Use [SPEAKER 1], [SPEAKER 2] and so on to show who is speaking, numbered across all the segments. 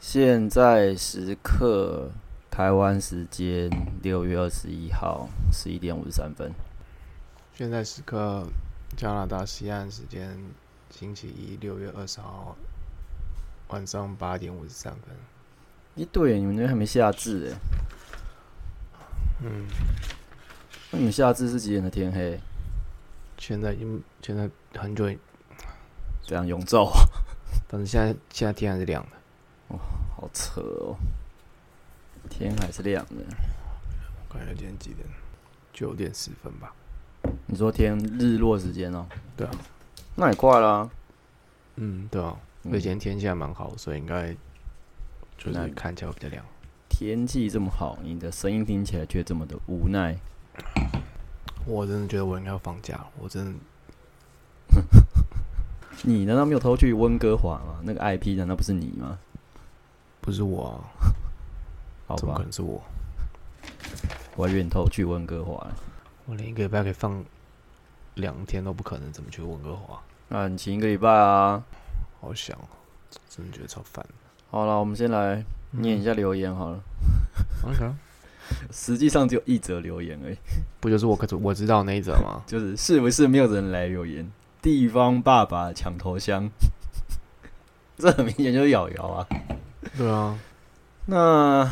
[SPEAKER 1] 现在时刻，台湾时间六月二十一号十一点五十三分。
[SPEAKER 2] 现在时刻，加拿大西岸时间星期一六月二十号晚上八点五十三分。
[SPEAKER 1] 诶，对，你们那边还没夏至哎。
[SPEAKER 2] 嗯，
[SPEAKER 1] 那你们夏至是几点的天黑？
[SPEAKER 2] 现在已经现在很久，
[SPEAKER 1] 这样永昼，
[SPEAKER 2] 但是现在现在天还是亮的。
[SPEAKER 1] 好扯哦。天还是亮的。
[SPEAKER 2] 我看一下今天几点，九点十分吧。
[SPEAKER 1] 你说天日落时间哦？
[SPEAKER 2] 对啊。
[SPEAKER 1] 那也快啦、
[SPEAKER 2] 嗯，对啊，
[SPEAKER 1] 嗯
[SPEAKER 2] 而且今天天气还蛮好，所以应该就
[SPEAKER 1] 那
[SPEAKER 2] 是看起来会比较亮。
[SPEAKER 1] 天气这么好，你的声音听起来却这么的无奈。
[SPEAKER 2] 我真的觉得我应该要放假了，我真的
[SPEAKER 1] 你难道没有偷去温哥华吗？那个 IP 难道不是你吗？
[SPEAKER 2] 不是我、啊，
[SPEAKER 1] 好
[SPEAKER 2] 怎么可
[SPEAKER 1] 吧，
[SPEAKER 2] 能是我？
[SPEAKER 1] 我还以为你偷去温哥华了。
[SPEAKER 2] 我连一个礼拜可以放两天都不可能，怎么去温哥华？
[SPEAKER 1] 那你请一个礼拜啊。
[SPEAKER 2] 好想哦，真的觉得超烦。
[SPEAKER 1] 好了，我们先来念一下留言好了。
[SPEAKER 2] OK，
[SPEAKER 1] 实际上只有一则留言而已，
[SPEAKER 2] 不就是我可我知道那一则吗？
[SPEAKER 1] 就是是不是没有人来留言？地方爸爸抢头香， 这很明显就是瑶瑶啊。
[SPEAKER 2] 对啊，
[SPEAKER 1] 那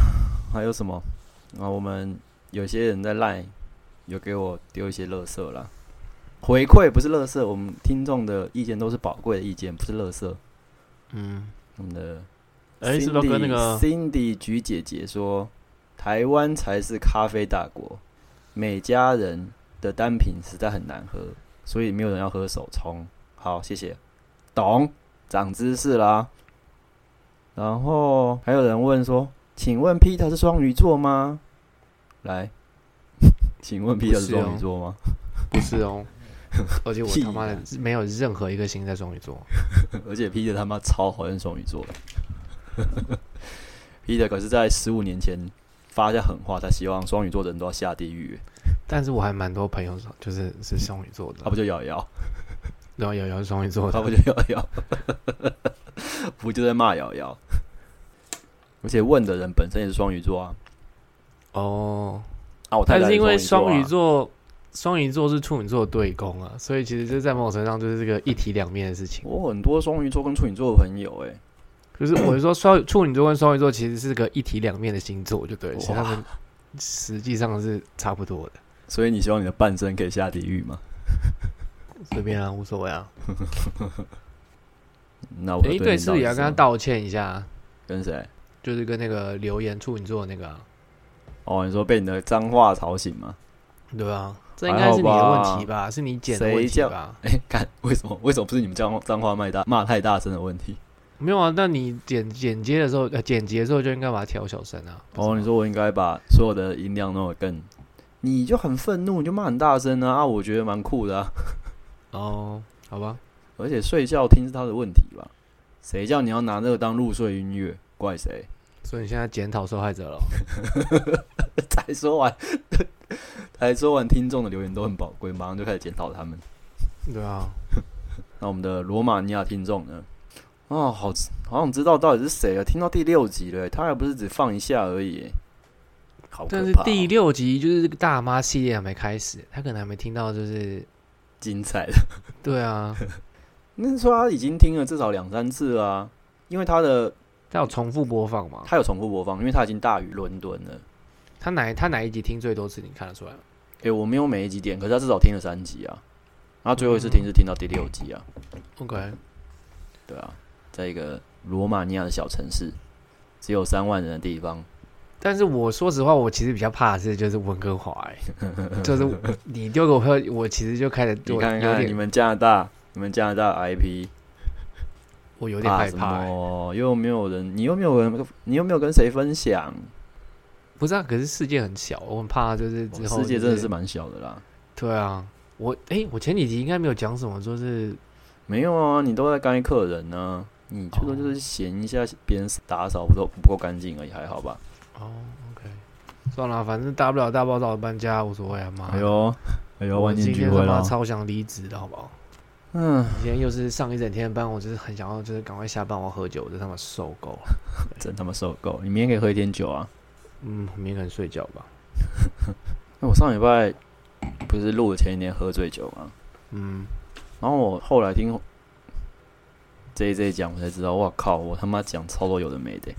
[SPEAKER 1] 还有什么？啊，我们有些人在赖，有给我丢一些垃圾啦。回馈不是垃圾，我们听众的意见都是宝贵的意见，不是垃圾。
[SPEAKER 2] 嗯，
[SPEAKER 1] 我们的
[SPEAKER 2] 哎是不是要跟那个
[SPEAKER 1] Cindy 菊姐姐说，台湾才是咖啡大国，每家人的单品实在很难喝，所以没有人要喝手冲。好，谢谢，懂，长知识啦。然后还有人问说，请问 Peter 是双鱼座吗？来， 请问 Peter 是
[SPEAKER 2] 不是哦
[SPEAKER 1] 双鱼座吗？
[SPEAKER 2] 不是哦，而且我
[SPEAKER 1] 屁
[SPEAKER 2] 他妈的
[SPEAKER 1] 呀
[SPEAKER 2] 没有任何一个星在双鱼座，
[SPEAKER 1] 而且 Peter 他妈超讨厌双鱼座的。Peter 可是在十五年前发下狠话，他希望双鱼座的人都要下地狱，
[SPEAKER 2] 但是我还蛮多朋友是就是是双鱼座的
[SPEAKER 1] 他，不就瑶瑶，
[SPEAKER 2] 然后瑶瑶是双鱼座
[SPEAKER 1] 他不
[SPEAKER 2] 的，
[SPEAKER 1] 就瑶瑶， 不就在骂瑶瑶？而且问的人本身也是双鱼座啊，
[SPEAKER 2] 哦，
[SPEAKER 1] 啊，我太
[SPEAKER 2] 但
[SPEAKER 1] 太
[SPEAKER 2] 是因为双
[SPEAKER 1] 座啊
[SPEAKER 2] 鱼座。啊双鱼座是处女座的对攻啊，所以其实这在某种程度上就是这个一体两面的事
[SPEAKER 1] 啊，
[SPEAKER 2] 情。
[SPEAKER 1] 我很多双鱼座跟处女座的朋友、欸，
[SPEAKER 2] 就是我是说双处女座跟双鱼座其实是个一体两面的星座，就对了，其实
[SPEAKER 1] 哇
[SPEAKER 2] 他们实际上是差不多的。
[SPEAKER 1] 所以你希望你的半身可以下地狱吗？
[SPEAKER 2] 随便啊，无所谓啊。
[SPEAKER 1] 那我的
[SPEAKER 2] 哎、
[SPEAKER 1] 对
[SPEAKER 2] 对，
[SPEAKER 1] 面
[SPEAKER 2] 是
[SPEAKER 1] 到底
[SPEAKER 2] 也要
[SPEAKER 1] 是
[SPEAKER 2] 跟他
[SPEAKER 1] 什么
[SPEAKER 2] 道歉一下，
[SPEAKER 1] 跟谁？
[SPEAKER 2] 就是跟那个留言处女座的那个、啊，
[SPEAKER 1] 哦，你说被你的脏话吵醒吗？
[SPEAKER 2] 对啊，这
[SPEAKER 1] 还
[SPEAKER 2] 应该是你的
[SPEAKER 1] 好吧
[SPEAKER 2] 问题吧？是你剪的
[SPEAKER 1] 谁
[SPEAKER 2] 问题
[SPEAKER 1] 叫
[SPEAKER 2] 吧？
[SPEAKER 1] 哎、看 为什么？为什么不是你们脏脏话卖大骂太大声的问题？
[SPEAKER 2] 没有啊，那你剪剪接的时候，呃，剪辑的时候就应该把它调小声啊。
[SPEAKER 1] 哦，你说我应该把所有的音量弄得更……你就很愤怒，你就骂很大声啊！啊，我觉得蛮酷的啊！
[SPEAKER 2] 哦，好吧，
[SPEAKER 1] 而且睡觉听是他的问题吧？谁叫你要拿这个当入睡音乐？怪谁？
[SPEAKER 2] 所以你现在检讨受害者了。
[SPEAKER 1] 才说完， 才说完，听众的留言都很宝贵，马上就开始检讨他们。
[SPEAKER 2] 对啊，
[SPEAKER 1] 那我们的罗马尼亚听众呢？哦，好，好想知道到底是谁啊！听到第六集了，他还不是只放一下而已，好可怕、啊
[SPEAKER 2] 但是第六集就是这个大妈系列还没开始，他可能还没听到，就是
[SPEAKER 1] 精彩的。
[SPEAKER 2] 对 啊，
[SPEAKER 1] 那说他已经听了至少两三次啦、因为他的
[SPEAKER 2] 他有重复播放嘛？
[SPEAKER 1] 他有重复播放，因为他已经大于伦敦了。
[SPEAKER 2] 他哪他哪一集听最多次？你看得出来吗？
[SPEAKER 1] 诶、我没有每一集点，可是他至少听了三集啊。然后最后一次听是听到第六集啊，
[SPEAKER 2] ？OK，
[SPEAKER 1] 对啊，在一个罗马尼亚的小城市，只有三万人的地方，
[SPEAKER 2] 但是我说实话，我其实比较怕的是就是温哥华、欸， 就是你丢给我喝，我其实就开始
[SPEAKER 1] 你
[SPEAKER 2] 我
[SPEAKER 1] 看
[SPEAKER 2] 有
[SPEAKER 1] 看你
[SPEAKER 2] 点
[SPEAKER 1] 们加拿大，你们加拿大 IP
[SPEAKER 2] 我有点害
[SPEAKER 1] 什
[SPEAKER 2] 怕、欸。
[SPEAKER 1] 么？又没有人，你又没有人，你又没有跟谁分享？
[SPEAKER 2] 不是啊，可是世界很小，我很怕就是之后、
[SPEAKER 1] 哦世界真的是
[SPEAKER 2] 吗？
[SPEAKER 1] 蛮小的啦。
[SPEAKER 2] 对啊，我哎、我前几集应该没有讲什么，说是
[SPEAKER 1] 没有啊，你都在干预客人呢、你最多就是嫌一下别人打扫不够不够干净而已，还好吧？
[SPEAKER 2] 哦，OK，算了，反正大不了大暴躁搬家无所谓啊，妈的。
[SPEAKER 1] 哎呦，哎呦，
[SPEAKER 2] 我
[SPEAKER 1] 万
[SPEAKER 2] 今
[SPEAKER 1] 念俱
[SPEAKER 2] 天
[SPEAKER 1] 灰
[SPEAKER 2] 他
[SPEAKER 1] 了
[SPEAKER 2] 妈。超想离职的好不好？
[SPEAKER 1] 嗯，
[SPEAKER 2] 今天又是上一整天的班，我就是很想要，就是赶快下班，我要喝酒，我真他妈受够了。
[SPEAKER 1] 真他妈受够！你明天可以喝一点酒啊。
[SPEAKER 2] 嗯，明天可能睡觉吧。
[SPEAKER 1] 那哎我上礼拜不是录的前一天喝醉酒吗？
[SPEAKER 2] 嗯，
[SPEAKER 1] 然后我后来听 J J 讲，我才知道，哇靠，我他妈讲超多有的没 的，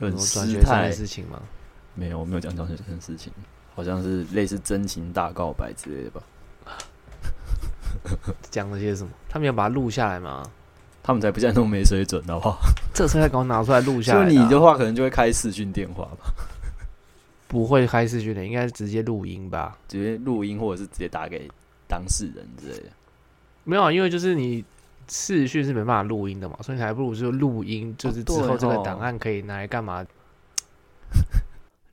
[SPEAKER 2] 我
[SPEAKER 1] 很
[SPEAKER 2] 转
[SPEAKER 1] 失
[SPEAKER 2] 学生
[SPEAKER 1] 态
[SPEAKER 2] 的。事情吗？
[SPEAKER 1] 没有，我没有讲张学生的事情，好像是类似真情大告白之类的吧。
[SPEAKER 2] 讲了些什么？他们要把它录下来吗？
[SPEAKER 1] 他们才不像那么没水准，好不好？
[SPEAKER 2] 这时候才给我拿出来录下
[SPEAKER 1] 就
[SPEAKER 2] 来啊啦。
[SPEAKER 1] 你的话，可能就会开视讯电话吧，
[SPEAKER 2] 不会开视讯的，应该是直接录音吧？
[SPEAKER 1] 直接录音或者是直接打给当事人之类的。
[SPEAKER 2] 没有啊，因为就是你视讯是没办法录音的嘛，所以你还不如就录音，就是之后这个档案可以拿来干嘛？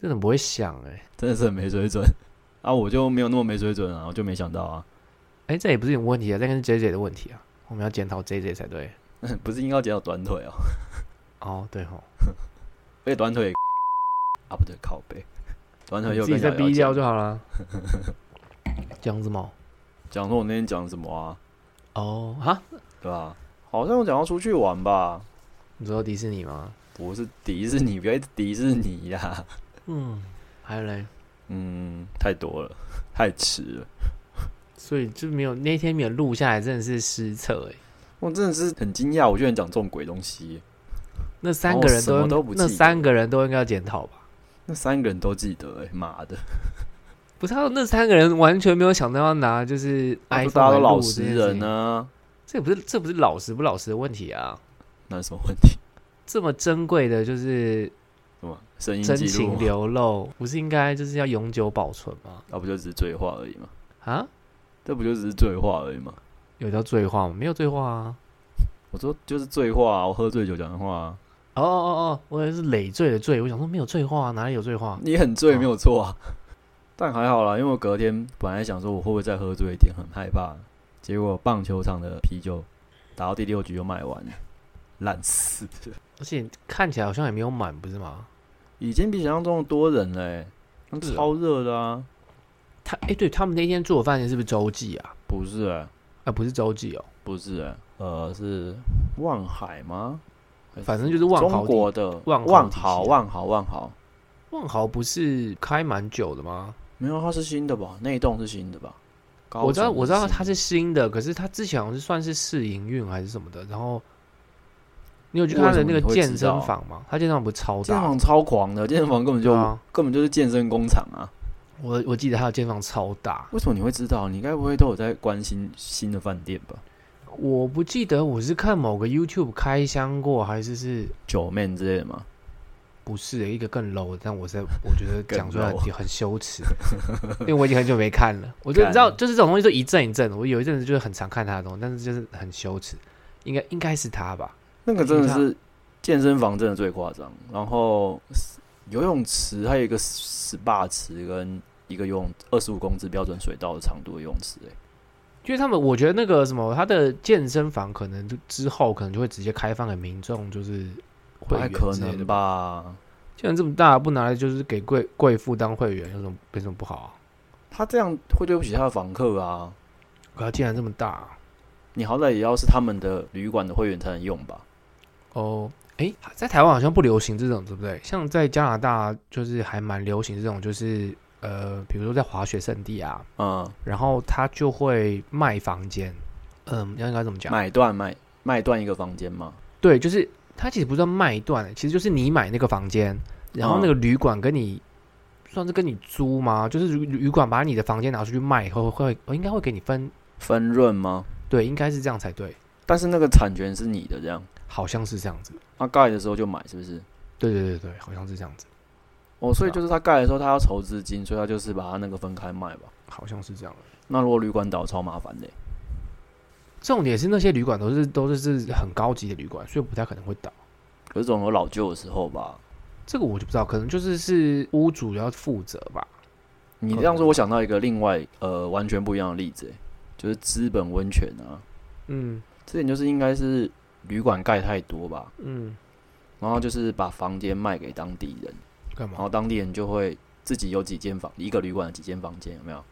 [SPEAKER 2] 真的不会想哎、欸、
[SPEAKER 1] 真的是很没水准啊！我就没有那么没水准啊，我就没想到啊，
[SPEAKER 2] 哎、这也不是你的问题啊，这跟 J J 的问题啊，我们要检讨 J J 才对。
[SPEAKER 1] 不是应该要剪到短腿哦、
[SPEAKER 2] 哦，对吼，
[SPEAKER 1] 而且短腿也 啊，不对，靠背，短腿
[SPEAKER 2] 你
[SPEAKER 1] 又
[SPEAKER 2] 自己
[SPEAKER 1] 跟
[SPEAKER 2] 再
[SPEAKER 1] 瑶
[SPEAKER 2] 逼
[SPEAKER 1] 瑶
[SPEAKER 2] 掉
[SPEAKER 1] 讲
[SPEAKER 2] 就 好了。这样子吗？
[SPEAKER 1] 讲说我那天讲什么啊，
[SPEAKER 2] 哦哈，
[SPEAKER 1] 对吧、好像我讲要出去玩吧，
[SPEAKER 2] 你说迪士尼吗？
[SPEAKER 1] 不是迪士尼，不要一直迪士尼啦，
[SPEAKER 2] 嗯，还有嘞，
[SPEAKER 1] 嗯，太多了，太迟了，
[SPEAKER 2] 所以就没有那天没有录下来，真的是失策哎、
[SPEAKER 1] 我真的是很惊讶，我居然讲这种鬼东西，
[SPEAKER 2] 那三
[SPEAKER 1] 哦
[SPEAKER 2] 个人
[SPEAKER 1] 什
[SPEAKER 2] 都
[SPEAKER 1] 么
[SPEAKER 2] 应
[SPEAKER 1] 都不
[SPEAKER 2] 那
[SPEAKER 1] 记
[SPEAKER 2] 三个人都应该要检讨吧？
[SPEAKER 1] 那三个人都记得、欸，妈的，
[SPEAKER 2] 不是啊，那三个人完全没有想到要拿就是
[SPEAKER 1] 啊大
[SPEAKER 2] iPhone
[SPEAKER 1] 家都
[SPEAKER 2] 来
[SPEAKER 1] 老
[SPEAKER 2] 录
[SPEAKER 1] 实
[SPEAKER 2] 这件事
[SPEAKER 1] 人
[SPEAKER 2] 情
[SPEAKER 1] 呢、啊，
[SPEAKER 2] 这不是这不是老实不老实的问题啊！
[SPEAKER 1] 那有什么问题？
[SPEAKER 2] 这么珍贵的就是
[SPEAKER 1] 什么声音
[SPEAKER 2] 真
[SPEAKER 1] 记录啊
[SPEAKER 2] 情
[SPEAKER 1] 吗？
[SPEAKER 2] 流露，不是应该就是要永久保存吗？
[SPEAKER 1] 那、啊不就只是醉话而已吗？
[SPEAKER 2] 啊，
[SPEAKER 1] 这不就只是醉话而已吗？
[SPEAKER 2] 有叫醉话吗？没有醉话啊！
[SPEAKER 1] 我说就是醉话、啊，我喝醉酒讲的话、啊，
[SPEAKER 2] 哦哦哦哦，我以为是累赘的赘，我想说没有醉话、啊，哪里有醉话？
[SPEAKER 1] 你很醉
[SPEAKER 2] 哦
[SPEAKER 1] 没有错啊，但还好啦，因为我隔天本来想说我会不会再喝醉一点，很害怕，啊结果棒球场的啤酒打到第六局就卖完了，烂死 了，
[SPEAKER 2] 而且看起来好像也没有满，不是吗？
[SPEAKER 1] 已经比想象中的多人了、欸，那
[SPEAKER 2] 是哦
[SPEAKER 1] 超热的啊，
[SPEAKER 2] 他哎，对他们那天做的饭店是不是周记啊？
[SPEAKER 1] 不是、欸，
[SPEAKER 2] 啊，不是周记哦，
[SPEAKER 1] 不是、欸，呃，是望海吗？还
[SPEAKER 2] 反正就是万
[SPEAKER 1] 中
[SPEAKER 2] 豪
[SPEAKER 1] 国的
[SPEAKER 2] 万豪
[SPEAKER 1] 万
[SPEAKER 2] 体系
[SPEAKER 1] 豪，万豪，万豪，
[SPEAKER 2] 万豪不是开蛮久的吗？
[SPEAKER 1] 没有，它是新的吧？那一栋是新的吧？高
[SPEAKER 2] 我知道，
[SPEAKER 1] 层
[SPEAKER 2] 我知道
[SPEAKER 1] 新的
[SPEAKER 2] 它是新的，可是它之前好像是算是试营运还是什么的。然后你有去看它的那个健身房吗？它健身房不是超
[SPEAKER 1] 健身
[SPEAKER 2] 大
[SPEAKER 1] 房？超狂的，健身房根本就、
[SPEAKER 2] 对啊
[SPEAKER 1] 根本就是健身工厂啊！
[SPEAKER 2] 我我记得它的健身房超大，
[SPEAKER 1] 为什么你会知道？你该不会都有在关心新的饭店吧？
[SPEAKER 2] 我不记得我是看某个 YouTube 开箱过，还是是
[SPEAKER 1] 九妹之类的吗？
[SPEAKER 2] 不是欸一个更 low？但我在我觉得
[SPEAKER 1] 更
[SPEAKER 2] 讲出来
[SPEAKER 1] low
[SPEAKER 2] 很羞耻，因为我已经很久没看了。 我就你知道，
[SPEAKER 1] 干
[SPEAKER 2] 就是这种东西就一阵一阵的。我有一阵子就是很常看它的东西，但是就是很羞耻。应该应该是它吧？
[SPEAKER 1] 那个真的是健身房真的最夸张，然后游泳池还有一个 SPA 池跟一个游泳二十五公尺标准水道的长度的游泳池、欸，
[SPEAKER 2] 因为他们，我觉得那个什么，他的健身房可能就之后可能就会直接开放给民众，就是
[SPEAKER 1] 不
[SPEAKER 2] 会
[SPEAKER 1] 太
[SPEAKER 2] 员
[SPEAKER 1] 哦可
[SPEAKER 2] 之类的
[SPEAKER 1] 能？吧？
[SPEAKER 2] 既然这么大，不拿来就是给贵贵妇当会员，有什么有什么不好啊？
[SPEAKER 1] 他这样会对不起他的房客啊！
[SPEAKER 2] 可他既然这么大，
[SPEAKER 1] 你好歹也要是他们的旅馆的会员才能用吧？
[SPEAKER 2] 哦，诶，在台湾好像不流行这种，对不对？像在加拿大就是还蛮流行这种，就是呃，比如说在滑雪圣地啊，
[SPEAKER 1] 嗯，
[SPEAKER 2] 然后他就会卖房间，嗯，要应该怎么讲？
[SPEAKER 1] 买断卖卖断一个房间吗？
[SPEAKER 2] 对，就是它其实不算卖断，其实就是你买那个房间，然后那个旅馆跟你、算是跟你租吗？就是旅旅馆把你的房间拿出去卖以后，会会应该会给你分，
[SPEAKER 1] 分润吗？
[SPEAKER 2] 对，应该是这样才对，
[SPEAKER 1] 但是那个产权是你的，这样。
[SPEAKER 2] 好像是这样子，
[SPEAKER 1] 他盖的时候就买，是不是？
[SPEAKER 2] 对对对对，好像是这样子，
[SPEAKER 1] 哦，所以
[SPEAKER 2] 对啊
[SPEAKER 1] 就是他盖的时候，他要筹资金，所以他就是把他那个分开卖吧。
[SPEAKER 2] 好像是这样的。
[SPEAKER 1] 那如果旅馆倒，超麻烦的欸。
[SPEAKER 2] 重点是那些旅馆都是都是是很高级的旅馆，所以不太可能会倒。
[SPEAKER 1] 可是总有老旧的时候吧。
[SPEAKER 2] 这个我就不知道，可能就是是屋主要负责吧。
[SPEAKER 1] 你这样说，我想到一个另外呃完全不一样的例子欸，就是资本温泉啊。
[SPEAKER 2] 嗯
[SPEAKER 1] 之前就是应该是旅馆盖太多吧，
[SPEAKER 2] 嗯，
[SPEAKER 1] 然后就是把房间卖给当地人，
[SPEAKER 2] 干
[SPEAKER 1] 然
[SPEAKER 2] 嘛？
[SPEAKER 1] 后当地人就会自己有几间房，一个旅馆有几间房间有没有？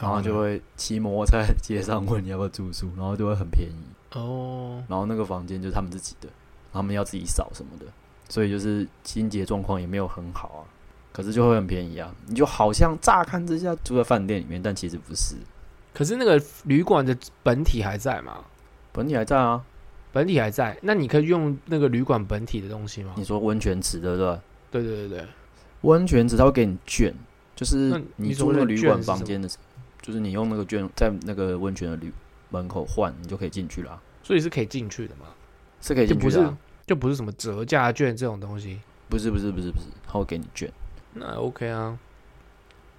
[SPEAKER 1] 然后就会骑摩托车在街上问你要不要住宿，然后就会很便宜。
[SPEAKER 2] 哦，
[SPEAKER 1] 然后那个房间就是他们自己的，他们要自己扫什么的，所以就是清洁状况也没有很好啊，可是就会很便宜啊。你就好像乍看之下住在饭店里面，但其实不是，
[SPEAKER 2] 可是那个旅馆的本体还在吗？
[SPEAKER 1] 本体还在啊。
[SPEAKER 2] 本体还在，那你可以用那个旅馆本体的东西吗？
[SPEAKER 1] 你说温泉池对不对？
[SPEAKER 2] 对对对对，
[SPEAKER 1] 温泉池他会给你券，就
[SPEAKER 2] 那
[SPEAKER 1] 是
[SPEAKER 2] 你
[SPEAKER 1] 你
[SPEAKER 2] 所
[SPEAKER 1] 住
[SPEAKER 2] 谓
[SPEAKER 1] 那
[SPEAKER 2] 的
[SPEAKER 1] 个旅
[SPEAKER 2] 券
[SPEAKER 1] 馆
[SPEAKER 2] 是
[SPEAKER 1] 房
[SPEAKER 2] 什
[SPEAKER 1] 间的时候，就是你用那个券在那个温泉的旅门口换，你就可以进去啦，
[SPEAKER 2] 所以是可以进去的嘛，
[SPEAKER 1] 是可以
[SPEAKER 2] 就
[SPEAKER 1] 进
[SPEAKER 2] 不
[SPEAKER 1] 去
[SPEAKER 2] 是
[SPEAKER 1] 的啊、
[SPEAKER 2] 就不是什么折价券这种东西。
[SPEAKER 1] 不是不是不是不是，他会给你券，
[SPEAKER 2] 那 OK 啊，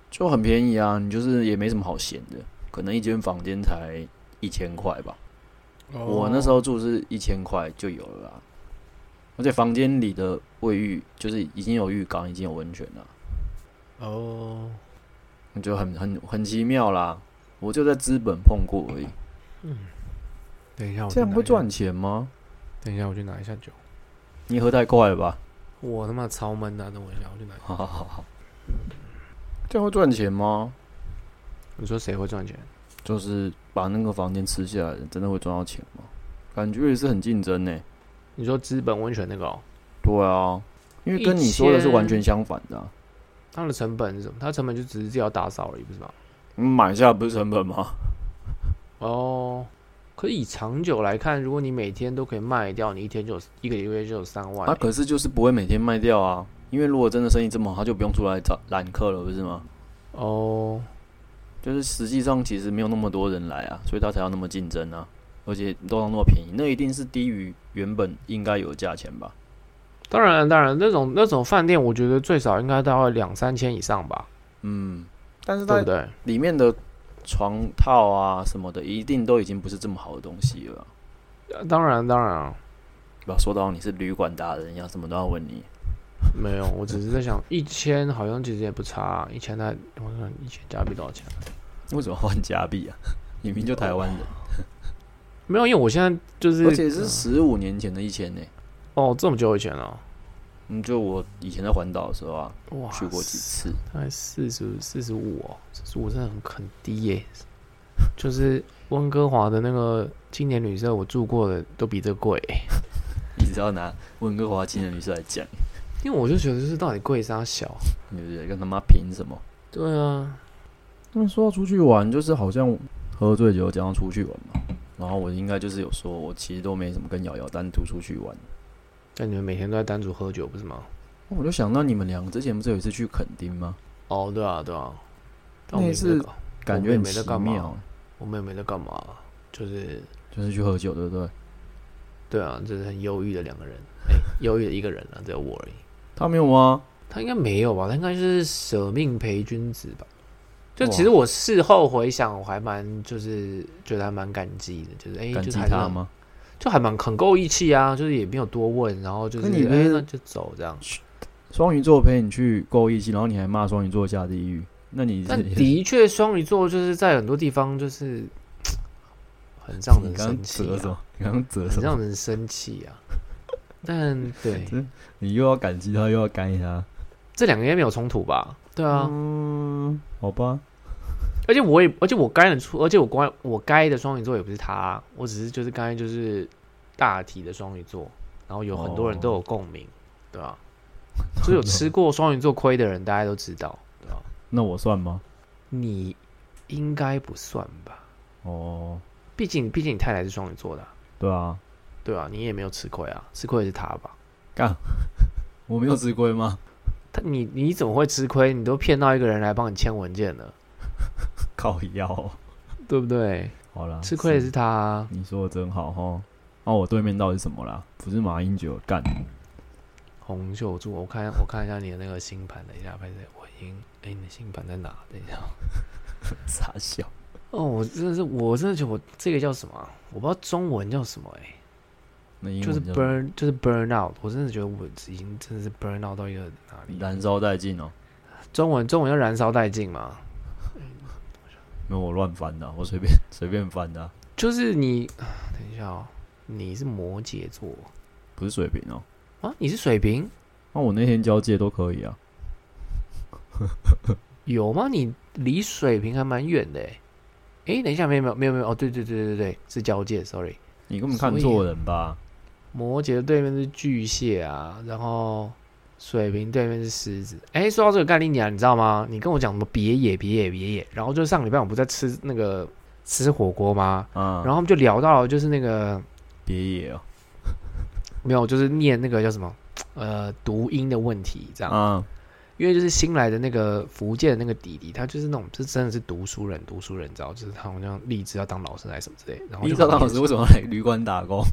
[SPEAKER 1] 就很便宜啊，你就是也没什么好闲的，可能一间房间才一千块吧。
[SPEAKER 2] 哦
[SPEAKER 1] 我那时
[SPEAKER 2] 候
[SPEAKER 1] 候住是一千块就有了啦，而且房间里的卫浴就是已经有浴缸，已经有温泉了，
[SPEAKER 2] 哦，
[SPEAKER 1] 我觉得很很很奇妙啦。我就在资本碰过而已，
[SPEAKER 2] 哦等一下我去
[SPEAKER 1] 这样
[SPEAKER 2] 拿
[SPEAKER 1] 会
[SPEAKER 2] 一下
[SPEAKER 1] 赚。钱吗？
[SPEAKER 2] 等一下我去拿一下酒，
[SPEAKER 1] 你喝太快了吧？
[SPEAKER 2] 我他妈超闷的、等我一下我去拿一下。
[SPEAKER 1] 好好好好， 这样会赚钱吗？
[SPEAKER 2] 你说谁会赚钱？
[SPEAKER 1] 就是把那个房间吃下来的，真的会赚到钱吗？感觉也是很竞争呢、
[SPEAKER 2] 你说资本温泉那个哦，
[SPEAKER 1] 对啊，因为跟你说的是完全
[SPEAKER 2] 1000
[SPEAKER 1] 相反的、啊。
[SPEAKER 2] 它的成本是什么？它的成本就只是自己要打扫而已，不是吗？
[SPEAKER 1] 你买下不是成本吗？
[SPEAKER 2] 哦，可是以长久来看，如果你每天都可以卖掉，你一天就有一个月就有三万欸、
[SPEAKER 1] 啊，可是就是不会每天卖掉啊，因为如果真的生意这么好，他就不用出来找揽客了，不是吗？
[SPEAKER 2] 哦，
[SPEAKER 1] 就是实际上其实没有那么多人来啊，所以他才要那么竞争啊，而且都要那么便宜，那一定是低于原本应该有的价钱吧？
[SPEAKER 2] 当然当然，那种那种饭店，我觉得最少应该到两三千以上吧，
[SPEAKER 1] 嗯，但是
[SPEAKER 2] 对
[SPEAKER 1] 它
[SPEAKER 2] 不对？
[SPEAKER 1] 里面的床套啊什么的，一定都已经不是这么好的东西了啊。
[SPEAKER 2] 呃当然当然啊，
[SPEAKER 1] 不要说到你是旅馆达人一样，什么都要问你。
[SPEAKER 2] 没有，我只是在想，一千好像其实也不差啊、一千它我看一千加币多少钱？啊
[SPEAKER 1] 为什么换加币啊？ 你明明就台湾人，
[SPEAKER 2] 没有，因为我现在就是
[SPEAKER 1] 而且是十五年前的一千呢。
[SPEAKER 2] 哦，这么久以前了、
[SPEAKER 1] 嗯，就我以前在环岛的时候啊，
[SPEAKER 2] 哇，
[SPEAKER 1] 去过几次。
[SPEAKER 2] 大概四十四十五哦，四十五真的很很低耶、就是温哥华的那个青年旅社，我住过的都比这贵耶、
[SPEAKER 1] 一直要拿温哥华青年旅社来讲，
[SPEAKER 2] 因为我就觉得就是到底贵啥小？
[SPEAKER 1] 你对不对？跟他妈凭什么？
[SPEAKER 2] 对啊，
[SPEAKER 1] 那说到出去玩，就是好像喝醉酒讲要出去玩嘛。然后我应该就是有说，我其实都没怎么跟瑶瑶单独出去玩。
[SPEAKER 2] 但你们每天都在单独喝酒不是吗？
[SPEAKER 1] 哦我就想到你们两个之前不是有一次去垦丁吗？
[SPEAKER 2] 哦，对啊，对啊，
[SPEAKER 1] 那
[SPEAKER 2] 我们也
[SPEAKER 1] 是
[SPEAKER 2] 没在搞
[SPEAKER 1] 感
[SPEAKER 2] 我
[SPEAKER 1] 觉
[SPEAKER 2] 们也
[SPEAKER 1] 很
[SPEAKER 2] 没在
[SPEAKER 1] 奇
[SPEAKER 2] 干嘛
[SPEAKER 1] 妙，
[SPEAKER 2] 我们也没在干嘛，就是
[SPEAKER 1] 就是去喝酒，对不对？
[SPEAKER 2] 对啊，就是很忧郁的两个人，哎、忧郁的一个人啊，只有我而已。
[SPEAKER 1] 他没有吗？
[SPEAKER 2] 他应该没有吧？他应该就是舍命陪君子吧。就
[SPEAKER 1] 哇
[SPEAKER 2] 其实我事后回想，我还蛮就是觉得还蛮感激的，就是哎、
[SPEAKER 1] 感激
[SPEAKER 2] 就是还
[SPEAKER 1] 他
[SPEAKER 2] 蛮
[SPEAKER 1] 吗？
[SPEAKER 2] 就还蛮很够义气啊，就是也没有多问，然后就是
[SPEAKER 1] 可你
[SPEAKER 2] 哎、
[SPEAKER 1] 不是
[SPEAKER 2] 那就走这样。
[SPEAKER 1] 双鱼座陪你去够义气，然后你还骂双鱼座下地狱，那你
[SPEAKER 2] 但
[SPEAKER 1] 是
[SPEAKER 2] 的确，双鱼座就是在很多地方就是嗯很让
[SPEAKER 1] 你
[SPEAKER 2] 人
[SPEAKER 1] 刚刚
[SPEAKER 2] 生气
[SPEAKER 1] 折什
[SPEAKER 2] 啊，
[SPEAKER 1] 么？ 你刚刚折什
[SPEAKER 2] 很
[SPEAKER 1] 么？
[SPEAKER 2] 让人生气啊。 但对
[SPEAKER 1] 真你又要感激他，又要干他，
[SPEAKER 2] 这两个应该没有冲突吧？对啊，
[SPEAKER 1] 好吧？
[SPEAKER 2] 而且我也，而且我该的出，而且我关我该的双鱼座也不是他啊，我只是就是刚才就是大体的双鱼座，然后有很多人都有共鸣，对吧、就是有吃过双鱼座亏的人，大家都知道，对吧、
[SPEAKER 1] 那我算吗？
[SPEAKER 2] 你应该不算吧？
[SPEAKER 1] 哦，
[SPEAKER 2] 毕竟毕竟你太太是双鱼座的啊、
[SPEAKER 1] 对啊，
[SPEAKER 2] 对啊，你也没有吃亏啊，吃亏的是他吧？
[SPEAKER 1] 我没有吃亏吗？
[SPEAKER 2] 他你你怎么会吃亏？你都骗到一个人来帮你签文件了，
[SPEAKER 1] 靠腰哦、
[SPEAKER 2] 对不对？
[SPEAKER 1] 好啦，
[SPEAKER 2] 吃亏的是他、啊，
[SPEAKER 1] 你说的真好哈。那、我对面到底是什么啦？不是马英九干，
[SPEAKER 2] 红袖柱，我看我看一下你的那个星盘，等一下，拍谁？我已经，哎、你的星盘在哪？等一下，
[SPEAKER 1] 傻笑。
[SPEAKER 2] 哦，我真的是，我真的觉得我这个叫什么啊？我不知道中文叫什么、哎，
[SPEAKER 1] 那英
[SPEAKER 2] 就是
[SPEAKER 1] 文叫什么
[SPEAKER 2] burn，就是 burn out，我真的觉得我已经真的是 burn out 到一个哪里？
[SPEAKER 1] 燃烧殆尽哦。
[SPEAKER 2] 中文中文要燃烧殆尽嘛？
[SPEAKER 1] 没有，我乱翻的啊、我随便 随便翻的啊、
[SPEAKER 2] 就是你，啊等一下哦，你是摩羯座
[SPEAKER 1] 不是水平哦。
[SPEAKER 2] 啊？你是水瓶？
[SPEAKER 1] 那、我那天交界都可以啊。
[SPEAKER 2] 有吗？你离水平还蛮远的诶。诶，等一下，没有没有没有没有哦，对对对对对，是交界，sorry。
[SPEAKER 1] 你根本看错人吧？
[SPEAKER 2] 摩羯的对面是巨蟹啊，然后水瓶对面是狮子。哎，说到这个概念啊，你知道吗？你跟我讲什么别野别野别野，然后就上礼拜我不在吃那个吃火锅吗？
[SPEAKER 1] 啊，
[SPEAKER 2] 然后我们就聊到就是那个
[SPEAKER 1] 别野哦，
[SPEAKER 2] 没有，就是念那个叫什么呃读音的问题这样，
[SPEAKER 1] 啊，
[SPEAKER 2] 因为就是新来的那个福建的那个弟弟，他就是那种是真的是读书人，读书人，你知道，就是他好像立志要当老师还是什么之类的，然后
[SPEAKER 1] 你
[SPEAKER 2] 就
[SPEAKER 1] 知道
[SPEAKER 2] 很
[SPEAKER 1] 当时为什么来旅馆打工？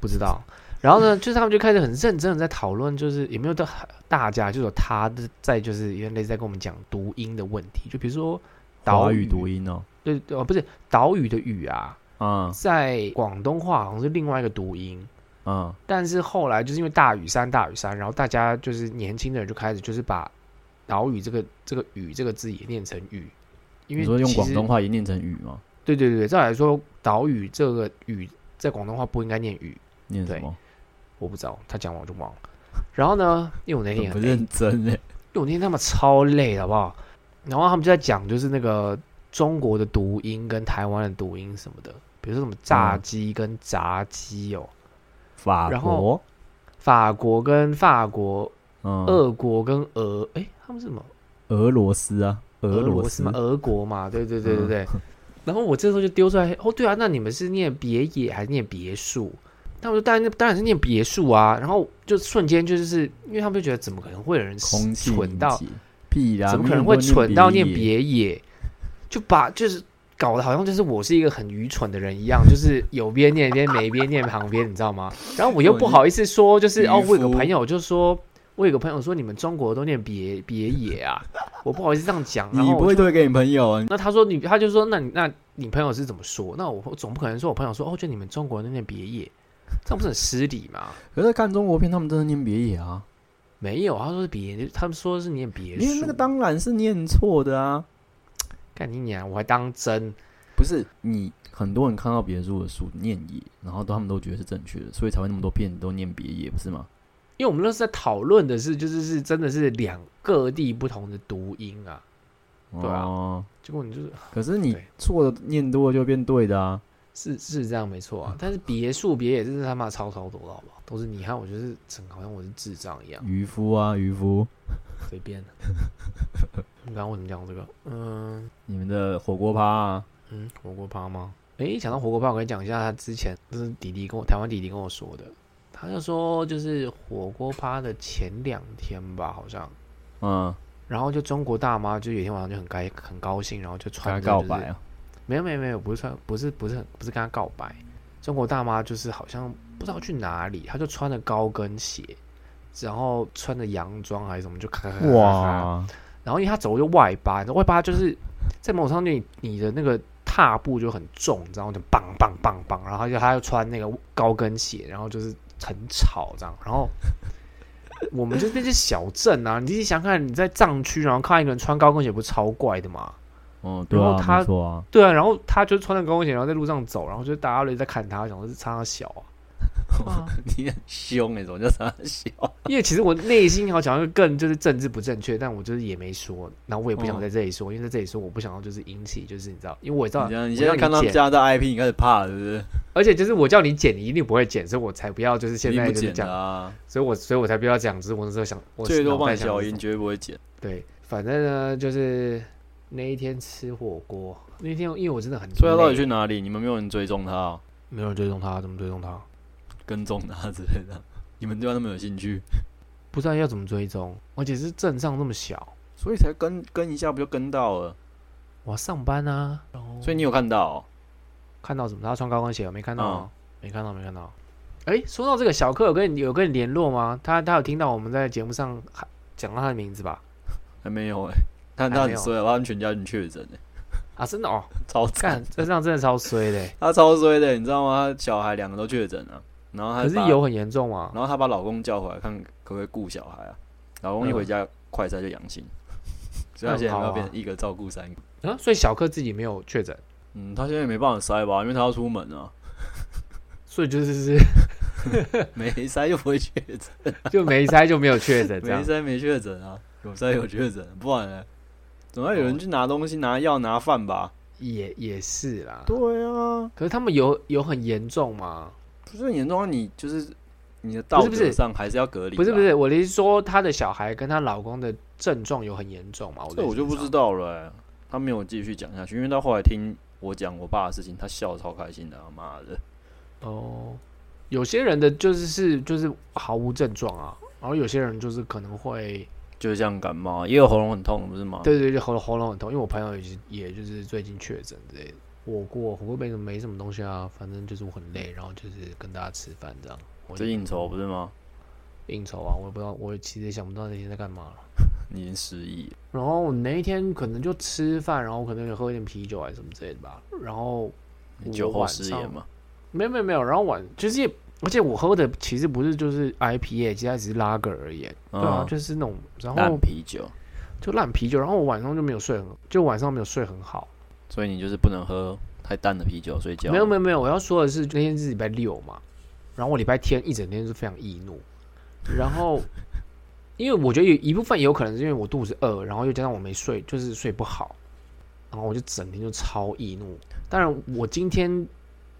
[SPEAKER 2] 不知道。然后呢，就是他们就开始很认真的在讨论，就是也没有到大家，就是有他在就是有点类似在跟我们讲读音的问题，就比如说岛
[SPEAKER 1] 华语读，音哦，
[SPEAKER 2] 对，哦不是岛屿的屿啊，
[SPEAKER 1] 啊
[SPEAKER 2] 在广东话好像是另外一个读音，
[SPEAKER 1] 啊，
[SPEAKER 2] 但是后来就是因为大屿山大屿山，然后大家就是年轻的人就开始就是把岛屿这个这个屿这个字也念成屿，因为
[SPEAKER 1] 你说用
[SPEAKER 2] 其实
[SPEAKER 1] 广东话也念成语吗？
[SPEAKER 2] 对对对，照理来说岛屿这个屿在广东话不应该念屿，
[SPEAKER 1] 念什么？
[SPEAKER 2] 我不知道，他讲完我就忘了。然后呢，因为我那天
[SPEAKER 1] 很不
[SPEAKER 2] 很累，因
[SPEAKER 1] 认真哎，
[SPEAKER 2] 为我那天他妈超累的，好不好？然后他们就在讲，就是那个中国的读音跟台湾的读音什么的，比如说什么炸鸡跟炸鸡哦，
[SPEAKER 1] 法
[SPEAKER 2] 然
[SPEAKER 1] 国
[SPEAKER 2] 后，法国跟法国，
[SPEAKER 1] 嗯，
[SPEAKER 2] 俄国跟俄，哎，他们是什么？
[SPEAKER 1] 俄罗斯啊，
[SPEAKER 2] 俄
[SPEAKER 1] 俄罗斯嗯
[SPEAKER 2] 嘛，，俄 国嘛，对对对对对。然后我这时候就丢出来，哦，对啊，那你们是念别野还是念别墅？那我就当然当然是念别墅啊。然后就瞬间就是，因为他们就觉得怎么可能会有人
[SPEAKER 1] 空气
[SPEAKER 2] 蠢
[SPEAKER 1] 凝
[SPEAKER 2] 到，
[SPEAKER 1] 结屁啦，
[SPEAKER 2] 怎么可
[SPEAKER 1] 没有人
[SPEAKER 2] 能会
[SPEAKER 1] 都
[SPEAKER 2] 蠢到念
[SPEAKER 1] 野
[SPEAKER 2] 别野？就把就是搞得好像就是我是一个很愚蠢的人一样，就是有边念边没边念旁边，你知道吗？然后我又不好意思说，就是哦
[SPEAKER 1] 渔，夫
[SPEAKER 2] 我有个朋友就说。我有个朋友说你们中国都念别别野啊，我不好意思这样讲。啊然
[SPEAKER 1] 啊你
[SPEAKER 2] 后我
[SPEAKER 1] 不会推给你朋友啊？
[SPEAKER 2] 那他说你，他就说那你那你朋友是怎么说？那我我总不可能说我朋友说哦，就你们中国那边别野，这样不是很失礼吗？
[SPEAKER 1] 可是看中国片，他们真的念别野啊，
[SPEAKER 2] 没有，他说是别，他们说是念别
[SPEAKER 1] 因为
[SPEAKER 2] 墅。
[SPEAKER 1] 那个当然是念错的啊。
[SPEAKER 2] 干你娘，我还当真？
[SPEAKER 1] 不是你很多人看到别墅的树念野，然后都他们都觉得是正确的，所以才会那么多片都念别野，不是吗？
[SPEAKER 2] 因为我们那时候在讨论的是，就是是真的是两各地不同的读音啊。对啊
[SPEAKER 1] 哦，
[SPEAKER 2] 结果你就是
[SPEAKER 1] 可是你
[SPEAKER 2] 对
[SPEAKER 1] 错的念多了就变对的啊。
[SPEAKER 2] 是是这样没错啊，但是别墅别野真是他妈超超多的好不好？都是你看我就是整个好像我是智障一样。
[SPEAKER 1] 渔夫啊，渔夫，
[SPEAKER 2] 随便。你刚刚为什么讲这个？嗯
[SPEAKER 1] 你们的火锅趴啊，
[SPEAKER 2] 嗯，火锅趴吗？诶，讲到火锅趴，我跟你讲一下，他之前就是弟弟跟我台湾弟弟跟我说的，他就说就是火锅趴的前两天吧，好像，
[SPEAKER 1] 嗯，
[SPEAKER 2] 然后就中国大妈就有一天晚上就很开很高兴，然后就
[SPEAKER 1] 跟他
[SPEAKER 2] 穿着
[SPEAKER 1] 告
[SPEAKER 2] 就是
[SPEAKER 1] 白啊，
[SPEAKER 2] 没有没有没有，不是穿，不是不是很不是跟他告白。中国大妈就是好像不知道去哪里，她就穿着高跟鞋，然后穿着洋装还是什么，就咔咔咔咔咔
[SPEAKER 1] 哇，
[SPEAKER 2] 然后因为她走路就外八，你知道外八就是在某种上你你的那个踏步就很重，你知道吗？就棒棒棒棒，然后她就她又穿那个高跟鞋，然后就是很吵这样，然后。我们就是那些小镇啊，你自己想看，你在藏区，然后看到一个人穿高跟鞋，不是超怪的吗？
[SPEAKER 1] 哦，对
[SPEAKER 2] 然
[SPEAKER 1] 啊
[SPEAKER 2] 后，他
[SPEAKER 1] 没错啊，
[SPEAKER 2] 对啊，然后他就穿着高跟鞋，然后在路上走，然后就大家都在看他，想说是差他小啊。啊
[SPEAKER 1] 你很凶哎，怎么叫傻笑？
[SPEAKER 2] 因为其 实我内心好想要更就是政治不正确，但我就是也没说，然后我也不
[SPEAKER 1] 嗯
[SPEAKER 2] 想在这里说，因为在这里说我不想要就是引起就是你知道，因为我知道
[SPEAKER 1] 你这样，你
[SPEAKER 2] 我
[SPEAKER 1] 现在
[SPEAKER 2] 叫
[SPEAKER 1] 看
[SPEAKER 2] 你
[SPEAKER 1] 到
[SPEAKER 2] 剪
[SPEAKER 1] 加拿大 IP，你开始怕了，是不是？
[SPEAKER 2] 而且就是我叫你剪，你一定不会剪，所以我才不要就是现
[SPEAKER 1] 一定
[SPEAKER 2] 在
[SPEAKER 1] 不
[SPEAKER 2] 就是
[SPEAKER 1] 剪
[SPEAKER 2] 讲，
[SPEAKER 1] 的啊，
[SPEAKER 2] 所以我所以我才不要讲，只是我那时候想，我
[SPEAKER 1] 最多
[SPEAKER 2] 脑
[SPEAKER 1] 帮
[SPEAKER 2] 袋
[SPEAKER 1] 你
[SPEAKER 2] 想的
[SPEAKER 1] 消
[SPEAKER 2] 是
[SPEAKER 1] 音，绝对不会剪。
[SPEAKER 2] 对，反正呢就是那一天吃火锅，那天因为我真的很累，
[SPEAKER 1] 所以他到底去哪里？你们没有人追踪他哦，
[SPEAKER 2] 没有人追踪他，怎么追踪他？
[SPEAKER 1] 跟踪他之类的， 你们对他那么有兴趣？
[SPEAKER 2] 不知道要怎么追踪，而且是镇上那么小。
[SPEAKER 1] 所以才跟跟一下不就跟到了？
[SPEAKER 2] 我要上班啊，然后
[SPEAKER 1] 所以你有看到哦、
[SPEAKER 2] 看到什么？他穿高跟鞋，我没看到
[SPEAKER 1] 嗯
[SPEAKER 2] 啊，没看到，没看到。哎，说到这个，小克有跟你有跟你联络吗？他他有听到我们在节目上喊讲到他的名字吧？
[SPEAKER 1] 还没有哎、但
[SPEAKER 2] 还
[SPEAKER 1] 他
[SPEAKER 2] 没
[SPEAKER 1] 很
[SPEAKER 2] 有
[SPEAKER 1] 衰啊，他们全家人确诊哎，
[SPEAKER 2] 啊，真的哦，
[SPEAKER 1] 超惨
[SPEAKER 2] 干，，这样真的超衰的。欸
[SPEAKER 1] 他超衰的，你知道吗？他小孩两个都确诊了，然后他
[SPEAKER 2] 可是
[SPEAKER 1] 把，
[SPEAKER 2] 有很严重吗？
[SPEAKER 1] 然后他把老公叫回来看可不可以顾小孩啊，老公一回家快筛就阳性，所以他现在
[SPEAKER 2] 嗯那很好
[SPEAKER 1] 要
[SPEAKER 2] 啊
[SPEAKER 1] 变成一个照顾三个。
[SPEAKER 2] 啊，所以小克自己没有确诊，
[SPEAKER 1] 嗯，他现在也没办法筛吧，因为他要出门啊，
[SPEAKER 2] 所以就是
[SPEAKER 1] 没筛就不会确诊，
[SPEAKER 2] 就没塞就没有确诊这
[SPEAKER 1] 没
[SPEAKER 2] 样。
[SPEAKER 1] 筛没确诊啊，有筛有确诊，不然呢？总要有
[SPEAKER 2] 哦
[SPEAKER 1] 人去拿东西、拿药、拿饭吧？
[SPEAKER 2] 也也是啦。
[SPEAKER 1] 对啊，
[SPEAKER 2] 可是他们有有很严重吗？
[SPEAKER 1] 不是很严重啊，你就是你的道
[SPEAKER 2] 不是不
[SPEAKER 1] 德
[SPEAKER 2] 是
[SPEAKER 1] 上还是要隔离。
[SPEAKER 2] 不是不，是，我的意思说，她的小孩跟她老公的症状有很严重吗？我的
[SPEAKER 1] 这
[SPEAKER 2] 意
[SPEAKER 1] 我
[SPEAKER 2] 思
[SPEAKER 1] 就是不
[SPEAKER 2] 这
[SPEAKER 1] 知
[SPEAKER 2] 样。
[SPEAKER 1] 道了欸、他没有继续讲下去，因为他后来听我讲我爸的事情，他笑得超开心的、啊，妈的！
[SPEAKER 2] 哦，有些人的就是是就是毫无症状啊，然后有些人就是可能会，
[SPEAKER 1] 就像感冒，也有喉咙很痛，不是吗？
[SPEAKER 2] 对对对，喉咙喉咙很痛，因为我朋友也是也就是最近确诊之类的。火锅火锅没什么没什么东西啊，反正就是我很累，然后就是跟大家吃饭这样。我
[SPEAKER 1] 这应酬不是吗？
[SPEAKER 2] 应酬啊，我也不知道，我其实也想不到那天在干嘛了。
[SPEAKER 1] 你已经失忆了。
[SPEAKER 2] 然后我那一天可能就吃饭，然后可能也喝一点啤酒还是什么之类的吧。然后
[SPEAKER 1] 你酒后失言嘛？
[SPEAKER 2] 没有没有没有，然后晚就是也，而且我喝的其实不是就是 IPA，其实它只是拉格而已。对
[SPEAKER 1] 嗯，
[SPEAKER 2] 啊，就是那种，然
[SPEAKER 1] 烂
[SPEAKER 2] 后
[SPEAKER 1] 啤酒，
[SPEAKER 2] 就烂啤酒，然后我晚上就没有睡很，就晚上没有睡很好。
[SPEAKER 1] 所以你就是不能喝太淡的啤酒睡觉。
[SPEAKER 2] 没有没有没有，我要说的是那天是礼拜六嘛，然后我礼拜天一整天是非常易怒，然后 因为我觉得有一部分也有可能是因为我肚子饿，然后又加上我没睡，就是睡不好，然后我就整天就超易怒。当然我今天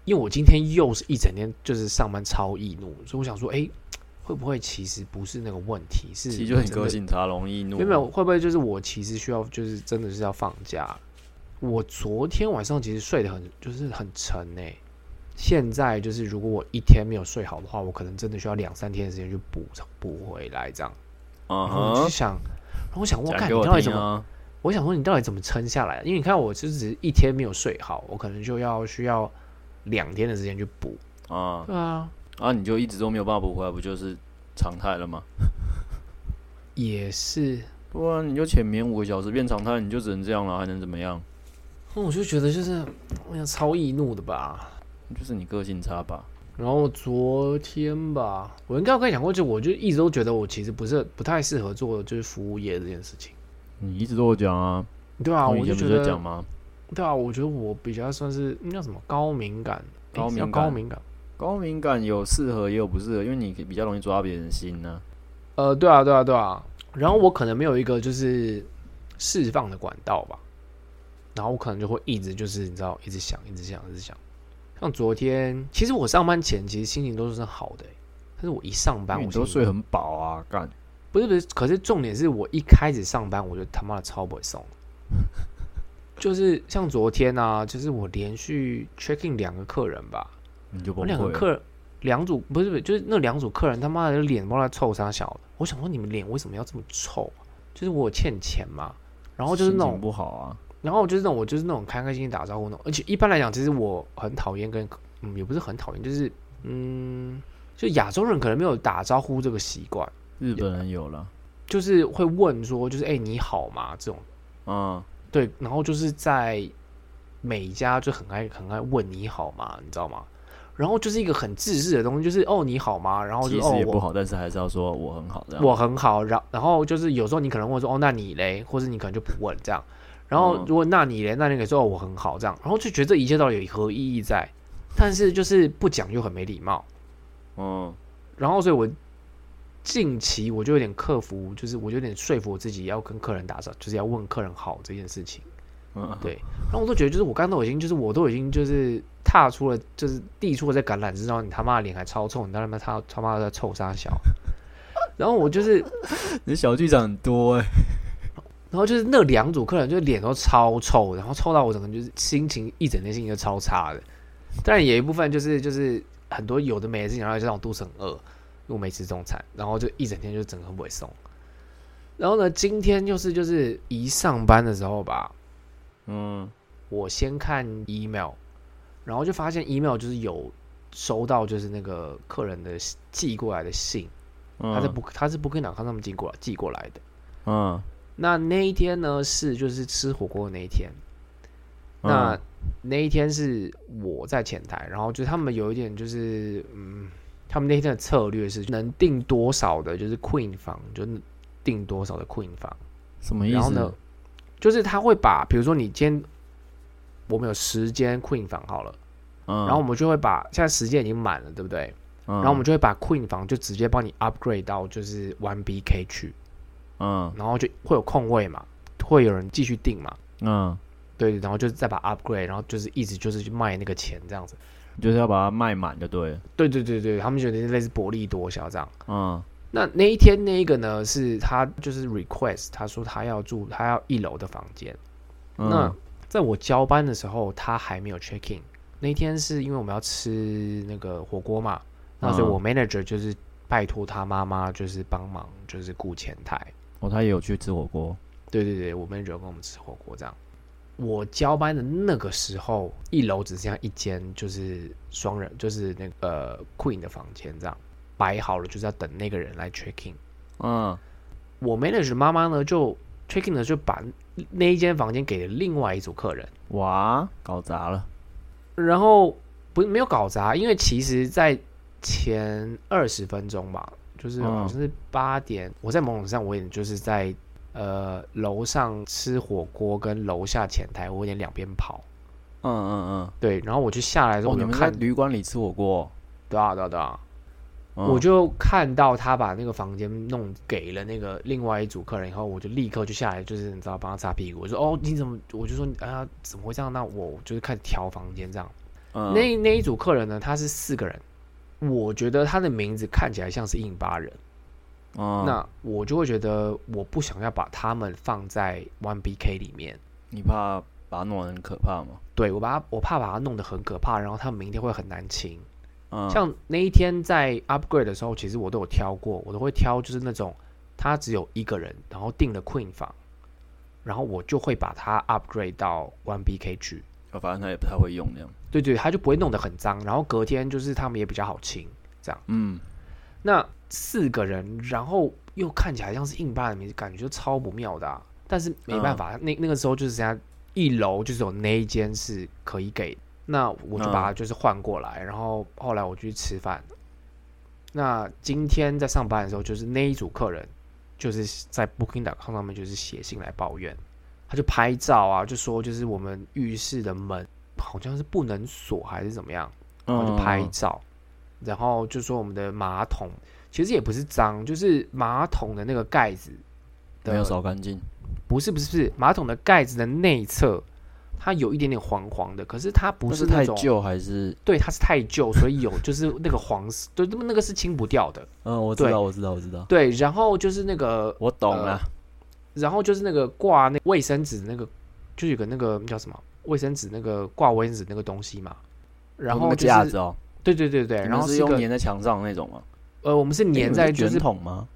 [SPEAKER 2] 因为我今天又是一整天就是上班超易怒，所以我想说，哎、会不会其实不是那个问题，是
[SPEAKER 1] 其实就
[SPEAKER 2] 我
[SPEAKER 1] 你
[SPEAKER 2] 真的
[SPEAKER 1] 个性差，容易怒。
[SPEAKER 2] 没有没有，会不会就是我其实需要，就是真的是要放假？我昨天晚上其实睡得很，就是很沉诶、现在就是如果我一天没有睡好的话，我可能真的需要两三天的时间去补补回来这样。然后
[SPEAKER 1] 嗯
[SPEAKER 2] 我就
[SPEAKER 1] 哼，
[SPEAKER 2] 想，然后我想，我
[SPEAKER 1] 讲
[SPEAKER 2] 看
[SPEAKER 1] 给
[SPEAKER 2] 你
[SPEAKER 1] 我
[SPEAKER 2] 到底
[SPEAKER 1] 听
[SPEAKER 2] 怎么？
[SPEAKER 1] 啊！
[SPEAKER 2] 我想说你到底怎么撑下来的？因为你看我就只是一天没有睡好，我可能就要需要两天的时间去补。
[SPEAKER 1] 啊
[SPEAKER 2] 对啊，
[SPEAKER 1] 啊！你就一直都没有办法补回来，不就是常态了吗？
[SPEAKER 2] 也是。
[SPEAKER 1] 对啊，你就前面五个小时变常态，你就只能这样了，还能怎么样？
[SPEAKER 2] 我就觉得就是，我想超易怒的吧。
[SPEAKER 1] 就是你个性差吧。
[SPEAKER 2] 然后昨天吧，我应该有跟你讲过，就我就一直都觉得我其实不是不太适合做就是服务业这件事情。
[SPEAKER 1] 你一直都有讲啊，
[SPEAKER 2] 对啊，
[SPEAKER 1] 我
[SPEAKER 2] 我
[SPEAKER 1] 以
[SPEAKER 2] 就
[SPEAKER 1] 前不
[SPEAKER 2] 觉
[SPEAKER 1] 是在讲
[SPEAKER 2] 得，
[SPEAKER 1] 吗？
[SPEAKER 2] 对啊，我觉得我比较算是那叫什么高敏感，诶
[SPEAKER 1] 高敏
[SPEAKER 2] 要
[SPEAKER 1] 感
[SPEAKER 2] 高敏感。
[SPEAKER 1] 高敏感有适合也有不适合，因为你比较容易抓到别人心呢、
[SPEAKER 2] 呃，对啊，对啊，对啊。然后我可能没有一个就是释放的管道吧，然后我可能就会一直就是你知道，一直想，一直想，一直想。像昨天，其实我上班前其实心情都是好的、诶但是我一上班
[SPEAKER 1] 因为
[SPEAKER 2] 我
[SPEAKER 1] 你
[SPEAKER 2] 心
[SPEAKER 1] 都
[SPEAKER 2] 情
[SPEAKER 1] 睡很饱啊，干。
[SPEAKER 2] 不是不是，可是重点是我一开始上班我就他妈的超不会送，就是像昨天啊，就是我连续 check in 两个客人吧，
[SPEAKER 1] 你就
[SPEAKER 2] 我
[SPEAKER 1] 崩
[SPEAKER 2] 两个
[SPEAKER 1] 溃了。
[SPEAKER 2] 客人两组不是不是，就是那两组客人他妈的脸不知道在臭啥小的，我想说你们脸为什么要这么臭啊、就是我有欠钱嘛，然后就是
[SPEAKER 1] 心
[SPEAKER 2] 那种
[SPEAKER 1] 情不好啊，
[SPEAKER 2] 然后就是那种我就是那种开开心心打招呼那种，而且一般来讲，其实我很讨厌跟嗯也不是很讨厌，就是嗯就亚洲人可能没有打招呼这个习惯。
[SPEAKER 1] 日本人有了，
[SPEAKER 2] 就是会问说，就是哎、你好吗这种，
[SPEAKER 1] 嗯，
[SPEAKER 2] 对，然后就是在每家就很爱很爱问你好吗，你知道吗？然后就是一个很自私的东西，就是哦你好吗，然后就
[SPEAKER 1] 其
[SPEAKER 2] 哦
[SPEAKER 1] 实也不
[SPEAKER 2] 我
[SPEAKER 1] 好，但是还是要说我很好这样。
[SPEAKER 2] 我很好，然然后就是有时候你可能问说哦那你嘞，或者你可能就不问这样，然后
[SPEAKER 1] 嗯
[SPEAKER 2] 如果那你嘞，那你可以说哦我很好这样，然后就觉得这一切到底有何意义在，但是就是不讲又很没礼貌，
[SPEAKER 1] 嗯，
[SPEAKER 2] 然后所以我近期我就有点克服，就是我就有点说服我自己要跟客人打招呼，就是要问客人好这件事情。
[SPEAKER 1] 嗯
[SPEAKER 2] 对然后我都觉得，就是我刚刚都已经，就是我都已经就是踏出了，就是递出了这橄榄枝，然后你他妈的脸还超臭，你他妈他他妈的臭傻小。 然后我就是，
[SPEAKER 1] 你小剧场很多哎、
[SPEAKER 2] 然后就是那两组客人，就是脸都超臭，然后臭到我整个就是心情一整天心情都超差的。当然也有一部分就是就是很多有的没的事情，然后就让我肚子很饿，因为我没吃中餐，然后就一整天就整个很萎送。然后呢，今天就是就是一上班的时候吧，
[SPEAKER 1] 嗯，
[SPEAKER 2] 我先看 email，然后就发现 email 就是有收到就是那个客人的寄过来的信，
[SPEAKER 1] 嗯
[SPEAKER 2] 他是不他是不跟朗康他们寄过来寄过来的。
[SPEAKER 1] 嗯，
[SPEAKER 2] 那那一天呢是就是吃火锅的那一天，那、
[SPEAKER 1] 嗯
[SPEAKER 2] 那一天是我在前台，然后就是他们有一点就是嗯，他们那天的策略是能订多少的，就是 queen 房，就是订多少的 queen 房。
[SPEAKER 1] 什么意
[SPEAKER 2] 然后
[SPEAKER 1] 思？
[SPEAKER 2] 呢，就是他会把比如说你今天我们有时间 queen 房好了。
[SPEAKER 1] 嗯，
[SPEAKER 2] 然后我们就会把现在时间已经满了，对不对？
[SPEAKER 1] 嗯，
[SPEAKER 2] 然后我们就会把 Queen 房就直接帮你 upgrade 到就是 One BK 去，
[SPEAKER 1] 嗯
[SPEAKER 2] 然后就会有空位嘛，会有人继续订嘛，
[SPEAKER 1] 嗯，
[SPEAKER 2] 对，然后就是再把它 upgrade，然后就是一直就是去卖那个钱这样子。
[SPEAKER 1] 就是要把它卖满就对了，
[SPEAKER 2] 对对对对，他们觉得类似薄利多销这样。
[SPEAKER 1] 嗯，
[SPEAKER 2] 那那一天那一个呢，是他就是 request，他说他要住他要一楼的房间。
[SPEAKER 1] 嗯
[SPEAKER 2] 那在我交班的时候，他还没有 check in。那一天是因为我们要吃那个火锅嘛，那所以
[SPEAKER 1] 嗯
[SPEAKER 2] 我 manager 就是拜托他妈妈就是帮忙就是顾前台。
[SPEAKER 1] 哦，他也有去吃火锅，
[SPEAKER 2] 对对对，我 manager 跟我们吃火锅这样。我交班的那个时候，一楼只剩下一间，就是双人，就是那个、呃 queen 的房间这样摆好了，就是要等那个人来 check in。
[SPEAKER 1] 嗯，
[SPEAKER 2] 我 manager 妈妈呢就 check in 了，就把那一间房间给了另外一组客人。
[SPEAKER 1] 哇，搞砸了，
[SPEAKER 2] 然后不是没有搞砸，因为其实，在前二十分钟吧，就是
[SPEAKER 1] 嗯
[SPEAKER 2] 好像是八点，我在某种上我也就是在呃楼上吃火锅跟楼下前台，我有点两边跑。
[SPEAKER 1] 嗯嗯
[SPEAKER 2] 对，然后我就下来
[SPEAKER 1] 嗯，
[SPEAKER 2] 的时
[SPEAKER 1] 哦，
[SPEAKER 2] 候，我
[SPEAKER 1] 你
[SPEAKER 2] 就
[SPEAKER 1] 们在
[SPEAKER 2] 看，
[SPEAKER 1] 旅馆里吃火锅，
[SPEAKER 2] 对啊对啊对啊，
[SPEAKER 1] 嗯
[SPEAKER 2] 我就看到他把那个房间弄给了那个另外一组客人以后，我就立刻就下来，就是你知道帮他擦屁股，我说哦你怎么，我就说啊怎么会这样？那我就是开始调房间这样。
[SPEAKER 1] 嗯
[SPEAKER 2] 那那一组客人呢，他是四个人，我觉得他的名字看起来像是印巴人，
[SPEAKER 1] 嗯
[SPEAKER 2] 那我就会觉得我不想要把他们放在 One BK 里面，
[SPEAKER 1] 你怕把它弄得很可怕吗？
[SPEAKER 2] 对我把他我怕把他弄得很可怕，然后他们明天会很难清。
[SPEAKER 1] 嗯，
[SPEAKER 2] 像那一天在 Upgrade 的时候，其实我都有挑过，我都会挑就是那种他只有一个人，然后订了 Queen 房，然后我就会把他 Upgrade 到 One BK 去，
[SPEAKER 1] 哦反正他也不太会用那样，
[SPEAKER 2] 对对，他就不会弄得很脏，然后隔天就是他们也比较好清。
[SPEAKER 1] 嗯，
[SPEAKER 2] 那四个人，然后又看起来像是硬巴的名字，感觉就超不妙的啊、但是没办法，那那个时候就是人家一楼就是有那一间是可以给，那我就把它就是换过来，然后后来我去吃饭。那今天在上班的时候，就是那一组客人就是在 Booking.com 上面就是写信来抱怨，他就拍照啊，就说就是我们浴室的门好像是不能锁还是怎么样。然后就拍
[SPEAKER 1] 嗯
[SPEAKER 2] 照，然后就说我们的马桶其实也不是脏，就是马桶的那个盖子
[SPEAKER 1] 没有
[SPEAKER 2] 的，
[SPEAKER 1] 扫干净，
[SPEAKER 2] 不是不是不是马桶的盖子的内侧，它有一点点黄黄的，可是它不
[SPEAKER 1] 那
[SPEAKER 2] 是那
[SPEAKER 1] 太
[SPEAKER 2] 种，
[SPEAKER 1] 旧还是？
[SPEAKER 2] 对，它是太旧，所以有就是那个黄色，对，那个是清不掉的，
[SPEAKER 1] 嗯，我
[SPEAKER 2] 对呃
[SPEAKER 1] 知道，我知道，我知道，
[SPEAKER 2] 对，然后就是那个，
[SPEAKER 1] 我懂了，
[SPEAKER 2] 然后就是那个挂那卫生纸那个，就有个那个叫什么卫生纸那个挂卫生纸那个东西嘛，然
[SPEAKER 1] 那
[SPEAKER 2] 后
[SPEAKER 1] 个
[SPEAKER 2] 就
[SPEAKER 1] 架
[SPEAKER 2] 是
[SPEAKER 1] 子哦，
[SPEAKER 2] 对对对对，
[SPEAKER 1] 你们
[SPEAKER 2] 然后
[SPEAKER 1] 是
[SPEAKER 2] 一
[SPEAKER 1] 用
[SPEAKER 2] 个
[SPEAKER 1] 粘在墙上的那种吗？
[SPEAKER 2] 呃，我们是
[SPEAKER 1] 你
[SPEAKER 2] 粘
[SPEAKER 1] 们
[SPEAKER 2] 在
[SPEAKER 1] 是
[SPEAKER 2] 就是
[SPEAKER 1] 卷筒吗？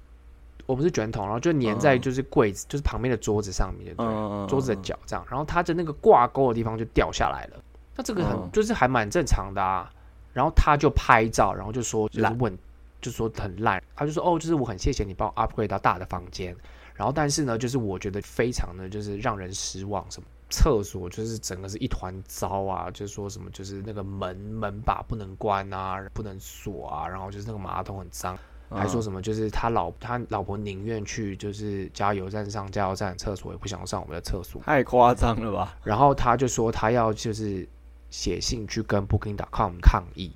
[SPEAKER 2] 我们是卷筒，然后就粘在
[SPEAKER 1] 嗯
[SPEAKER 2] 就是柜子，就是旁边的桌子上面，对，
[SPEAKER 1] 嗯，嗯
[SPEAKER 2] 呃桌子的，角这样，然后它的那个挂钩的地方就掉下来了。那这个很、
[SPEAKER 1] 嗯
[SPEAKER 2] 就是还蛮正常的啊。然后他就拍照，然后就说就是
[SPEAKER 1] 烂
[SPEAKER 2] 问，就说很烂，他就说哦，就是我很谢谢你帮我 upgrade 到大的房间，然后但是呢，就是我觉得非常的就是让人失望，什么厕所就是整个是一团糟啊，就是说什么就是那个门门把不能关啊，不能锁啊，然后就是那个马桶很脏。啊
[SPEAKER 1] 嗯
[SPEAKER 2] 还说什么就是他老他老婆宁愿去就是加油站上加油站的厕所，也不想上我们的厕所。
[SPEAKER 1] 太夸张了吧？
[SPEAKER 2] 然后他就说他要就是写信去跟 Booking.com 抗议，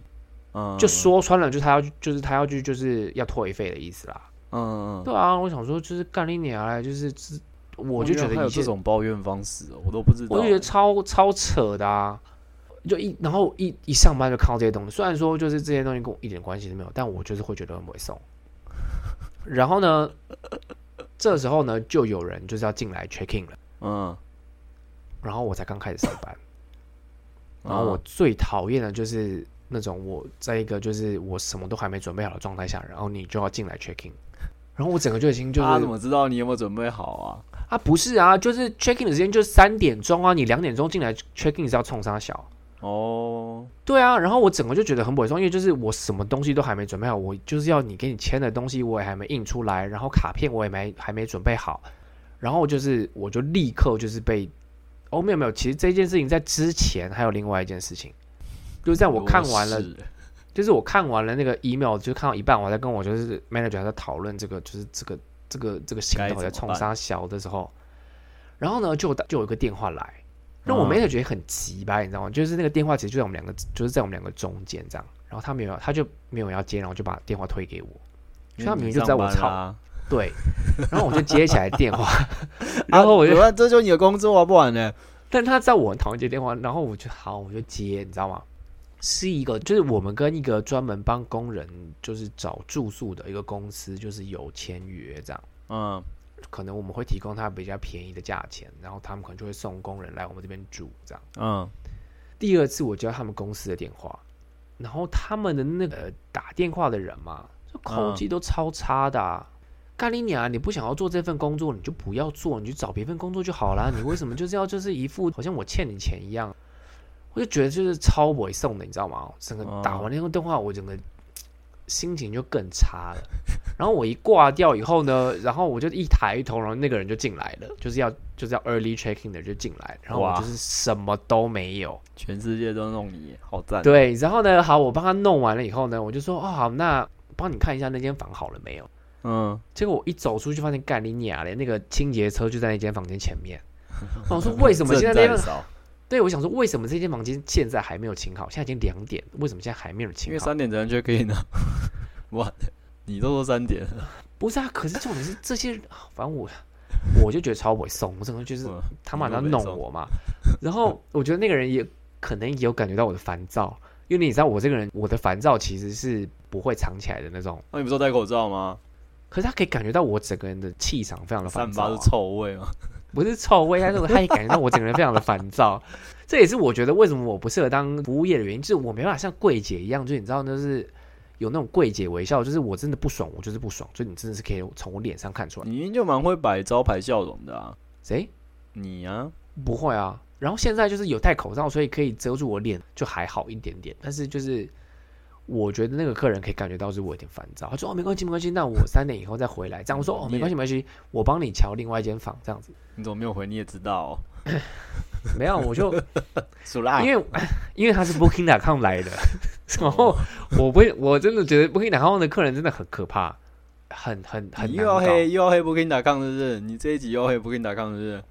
[SPEAKER 1] 嗯，
[SPEAKER 2] 就说穿了就是他要去就是他要去就是要退费的意思啦。
[SPEAKER 1] 嗯，嗯，嗯
[SPEAKER 2] 对啊，我想说就是干你娘嘞，就是就是我就
[SPEAKER 1] 原
[SPEAKER 2] 觉
[SPEAKER 1] 来还
[SPEAKER 2] 得
[SPEAKER 1] 有
[SPEAKER 2] 一切
[SPEAKER 1] 这种抱怨方式哦，我都不知道，
[SPEAKER 2] 我就觉得超超扯的啊！就一然后一一上班就看到这些东西，虽然说就是这些东西跟我一点关系都没有，但我就是会觉得很猥琐。然后呢，这时候呢就有人就是要进来 check in 了，
[SPEAKER 1] 嗯，
[SPEAKER 2] 然后我才刚开始上 班。
[SPEAKER 1] 嗯，
[SPEAKER 2] 然后我最讨厌的就是那种我在一个就是我什么都还没准备好的状态下，然后你就要进来 check in，然后我整个就已经就是
[SPEAKER 1] 他啊怎么知道你有没有准备好啊？
[SPEAKER 2] 啊，不是啊，就是 check in 的时间就是三点钟啊，你两点钟进来 check in 是要冲啥小？啊
[SPEAKER 1] 哦，
[SPEAKER 2] 对啊，然后我整个就觉得很不爽，因为就是我什么东西都还没准备好，我就是要你给你签的东西我也还没印出来，然后卡片我也没还没准备好，然后就是我就立刻就是被，哦没有没有，其实这件事情在之前还有另外一件事情，就是在我看完了
[SPEAKER 1] 如，是
[SPEAKER 2] 就是我看完了那个 email，就看到一半，我在跟我就是 manager 在讨论这个就是这个这个这个行
[SPEAKER 1] 该
[SPEAKER 2] 动在
[SPEAKER 1] 怎么
[SPEAKER 2] 冲
[SPEAKER 1] 办
[SPEAKER 2] 杀小的时候，然后呢就就有一个电话来。让我
[SPEAKER 1] 嗯
[SPEAKER 2] manager 也很急吧，你知道吗？就是那个电话其实就在我们两个，就是在我们两个中间这样。然后他没有要，他就没有要接，然后就把电话推给我。
[SPEAKER 1] 因为
[SPEAKER 2] 他明
[SPEAKER 1] 你
[SPEAKER 2] 明就在我
[SPEAKER 1] 上班啦
[SPEAKER 2] 对，然后我就接起来 电话， 然后我就
[SPEAKER 1] 有啊这就是你的工作啊，不然呢？
[SPEAKER 2] 但他知道我很讨厌接电话，然后我就好，我就接，你知道吗？是一个，就是我们跟一个专门帮工人就是找住宿的一个公司，就是有签约这样，
[SPEAKER 1] 嗯，
[SPEAKER 2] 可能我们会提供他比较便宜的价钱，然后他们可能就会送工人来我们这边住这样。
[SPEAKER 1] 嗯，
[SPEAKER 2] 第二次我接到他们公司的电话，然后他们的那个呃打电话的人嘛，这口气都超差的、啊。干你娘！你不想要做这份工作，你就不要做，你去找别份工作就好啦。你为什么就是要就是一副好像我欠你钱一样？我就觉得就是超委送的，你知道吗？整个打完那个电话，我整个心情就更差了。然后我一挂掉以后呢，然后我就一抬头，然后那个人就进来了，就是要就是要 early checking 的就进来，然后我
[SPEAKER 1] 哇
[SPEAKER 2] 就是什么都没有。
[SPEAKER 1] 全世界都弄你，好赞。，啊
[SPEAKER 2] 对，然后呢，好，我帮他弄完了以后呢，我就说，哦，好，那帮你看一下那间房好了没有？
[SPEAKER 1] 嗯，
[SPEAKER 2] 结果我一走出去，发现干你娘嘞，那个清洁车就在那间房间前 面。我想说为什么现在那
[SPEAKER 1] 正在
[SPEAKER 2] 间？
[SPEAKER 1] 少？
[SPEAKER 2] 对，我想说为什么这间房间现在还没有清好？现在已经两点，为什么现在还没有
[SPEAKER 1] 因
[SPEAKER 2] 清
[SPEAKER 1] 为
[SPEAKER 2] 好？
[SPEAKER 1] 三点整就可以 拿。哇，你都说三点了，
[SPEAKER 2] 不是啊，可是重点是这些人，啊反正我我就觉得超猥送，我整个就是
[SPEAKER 1] 嗯
[SPEAKER 2] 他妈
[SPEAKER 1] 你
[SPEAKER 2] 的
[SPEAKER 1] 都
[SPEAKER 2] 要
[SPEAKER 1] 猥
[SPEAKER 2] 弄
[SPEAKER 1] 琐
[SPEAKER 2] 我嘛。然后我觉得那个人也可能也有感觉到我的烦躁，因为你知道我这个人，我的烦躁其实是不会藏起来的那种。
[SPEAKER 1] 那、你不是都戴口罩吗？
[SPEAKER 2] 可是他可以感觉到我整个人的气场非常的烦
[SPEAKER 1] 散
[SPEAKER 2] 躁啊、
[SPEAKER 1] 发出臭味吗？
[SPEAKER 2] 不是臭味，但是他也感觉到我整个人非常的烦躁。这也是我觉得为什么我不适合当服务业的原因，就是我没办法像柜姐一样，就是你知道，就是有那种柜姐微笑，就是我真的不爽，我就是不爽，就你真的是可以从我脸上看出来。
[SPEAKER 1] 你明明就蛮会摆招牌笑容的啊，
[SPEAKER 2] 谁
[SPEAKER 1] 你啊，
[SPEAKER 2] 不会啊？然后现在就是有戴口罩，所以可以遮住我脸，就还好一点点。但是就是我觉得那个客人可以感觉到是我有点烦躁，他说哦没关系没关系，那我三点以后再回来。这样我说哦没关系没关系，我帮你瞧另外一间房这样子。
[SPEAKER 1] 你怎么没有回？你也知道、哦，
[SPEAKER 2] 没有 我就
[SPEAKER 1] 苏拉，
[SPEAKER 2] 因为 因为他是 Booking.com 来 的，然后我不我真的觉得 Booking.com 的客人真的很可怕，很很很
[SPEAKER 1] 你又
[SPEAKER 2] 难
[SPEAKER 1] 要
[SPEAKER 2] 搞。
[SPEAKER 1] 黑又要黑不跟你打抗，是不是？你这一集又要黑不跟你打抗，是不是？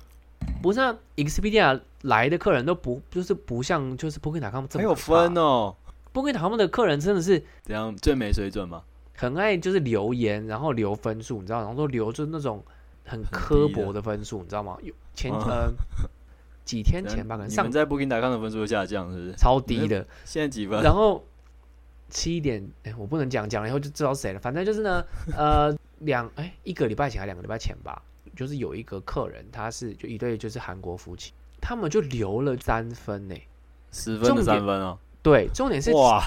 [SPEAKER 2] 不是、啊、Expedia 来的客人都不就是不像就是 Booking.com 这
[SPEAKER 1] 没
[SPEAKER 2] 么
[SPEAKER 1] 有分
[SPEAKER 2] 哦。
[SPEAKER 1] 哦，
[SPEAKER 2] Booking.com 的客人真的是
[SPEAKER 1] 怎样最没水准嘛？
[SPEAKER 2] 很爱就是留言，然后留分数，你知道，然后都留就是那种很
[SPEAKER 1] 低
[SPEAKER 2] 刻
[SPEAKER 1] 的
[SPEAKER 2] 薄的分数，你知道吗？有前
[SPEAKER 1] 嗯
[SPEAKER 2] 呃几天
[SPEAKER 1] 怎样
[SPEAKER 2] 前吧，可能
[SPEAKER 1] 你
[SPEAKER 2] 上
[SPEAKER 1] 们在不跟打抗的分数又下降，是不是？
[SPEAKER 2] 超低的，
[SPEAKER 1] 现在几分？
[SPEAKER 2] 然后七点，哎、我不能讲，讲了以后就知道谁了。反正就是呢，呃， 两哎、一个礼拜前还两个礼拜前吧，就是有一个客人，他是就一对就是韩国夫妻，他们就留了三分呢、
[SPEAKER 1] 十分的三分哦，
[SPEAKER 2] 对，重点是
[SPEAKER 1] 哇，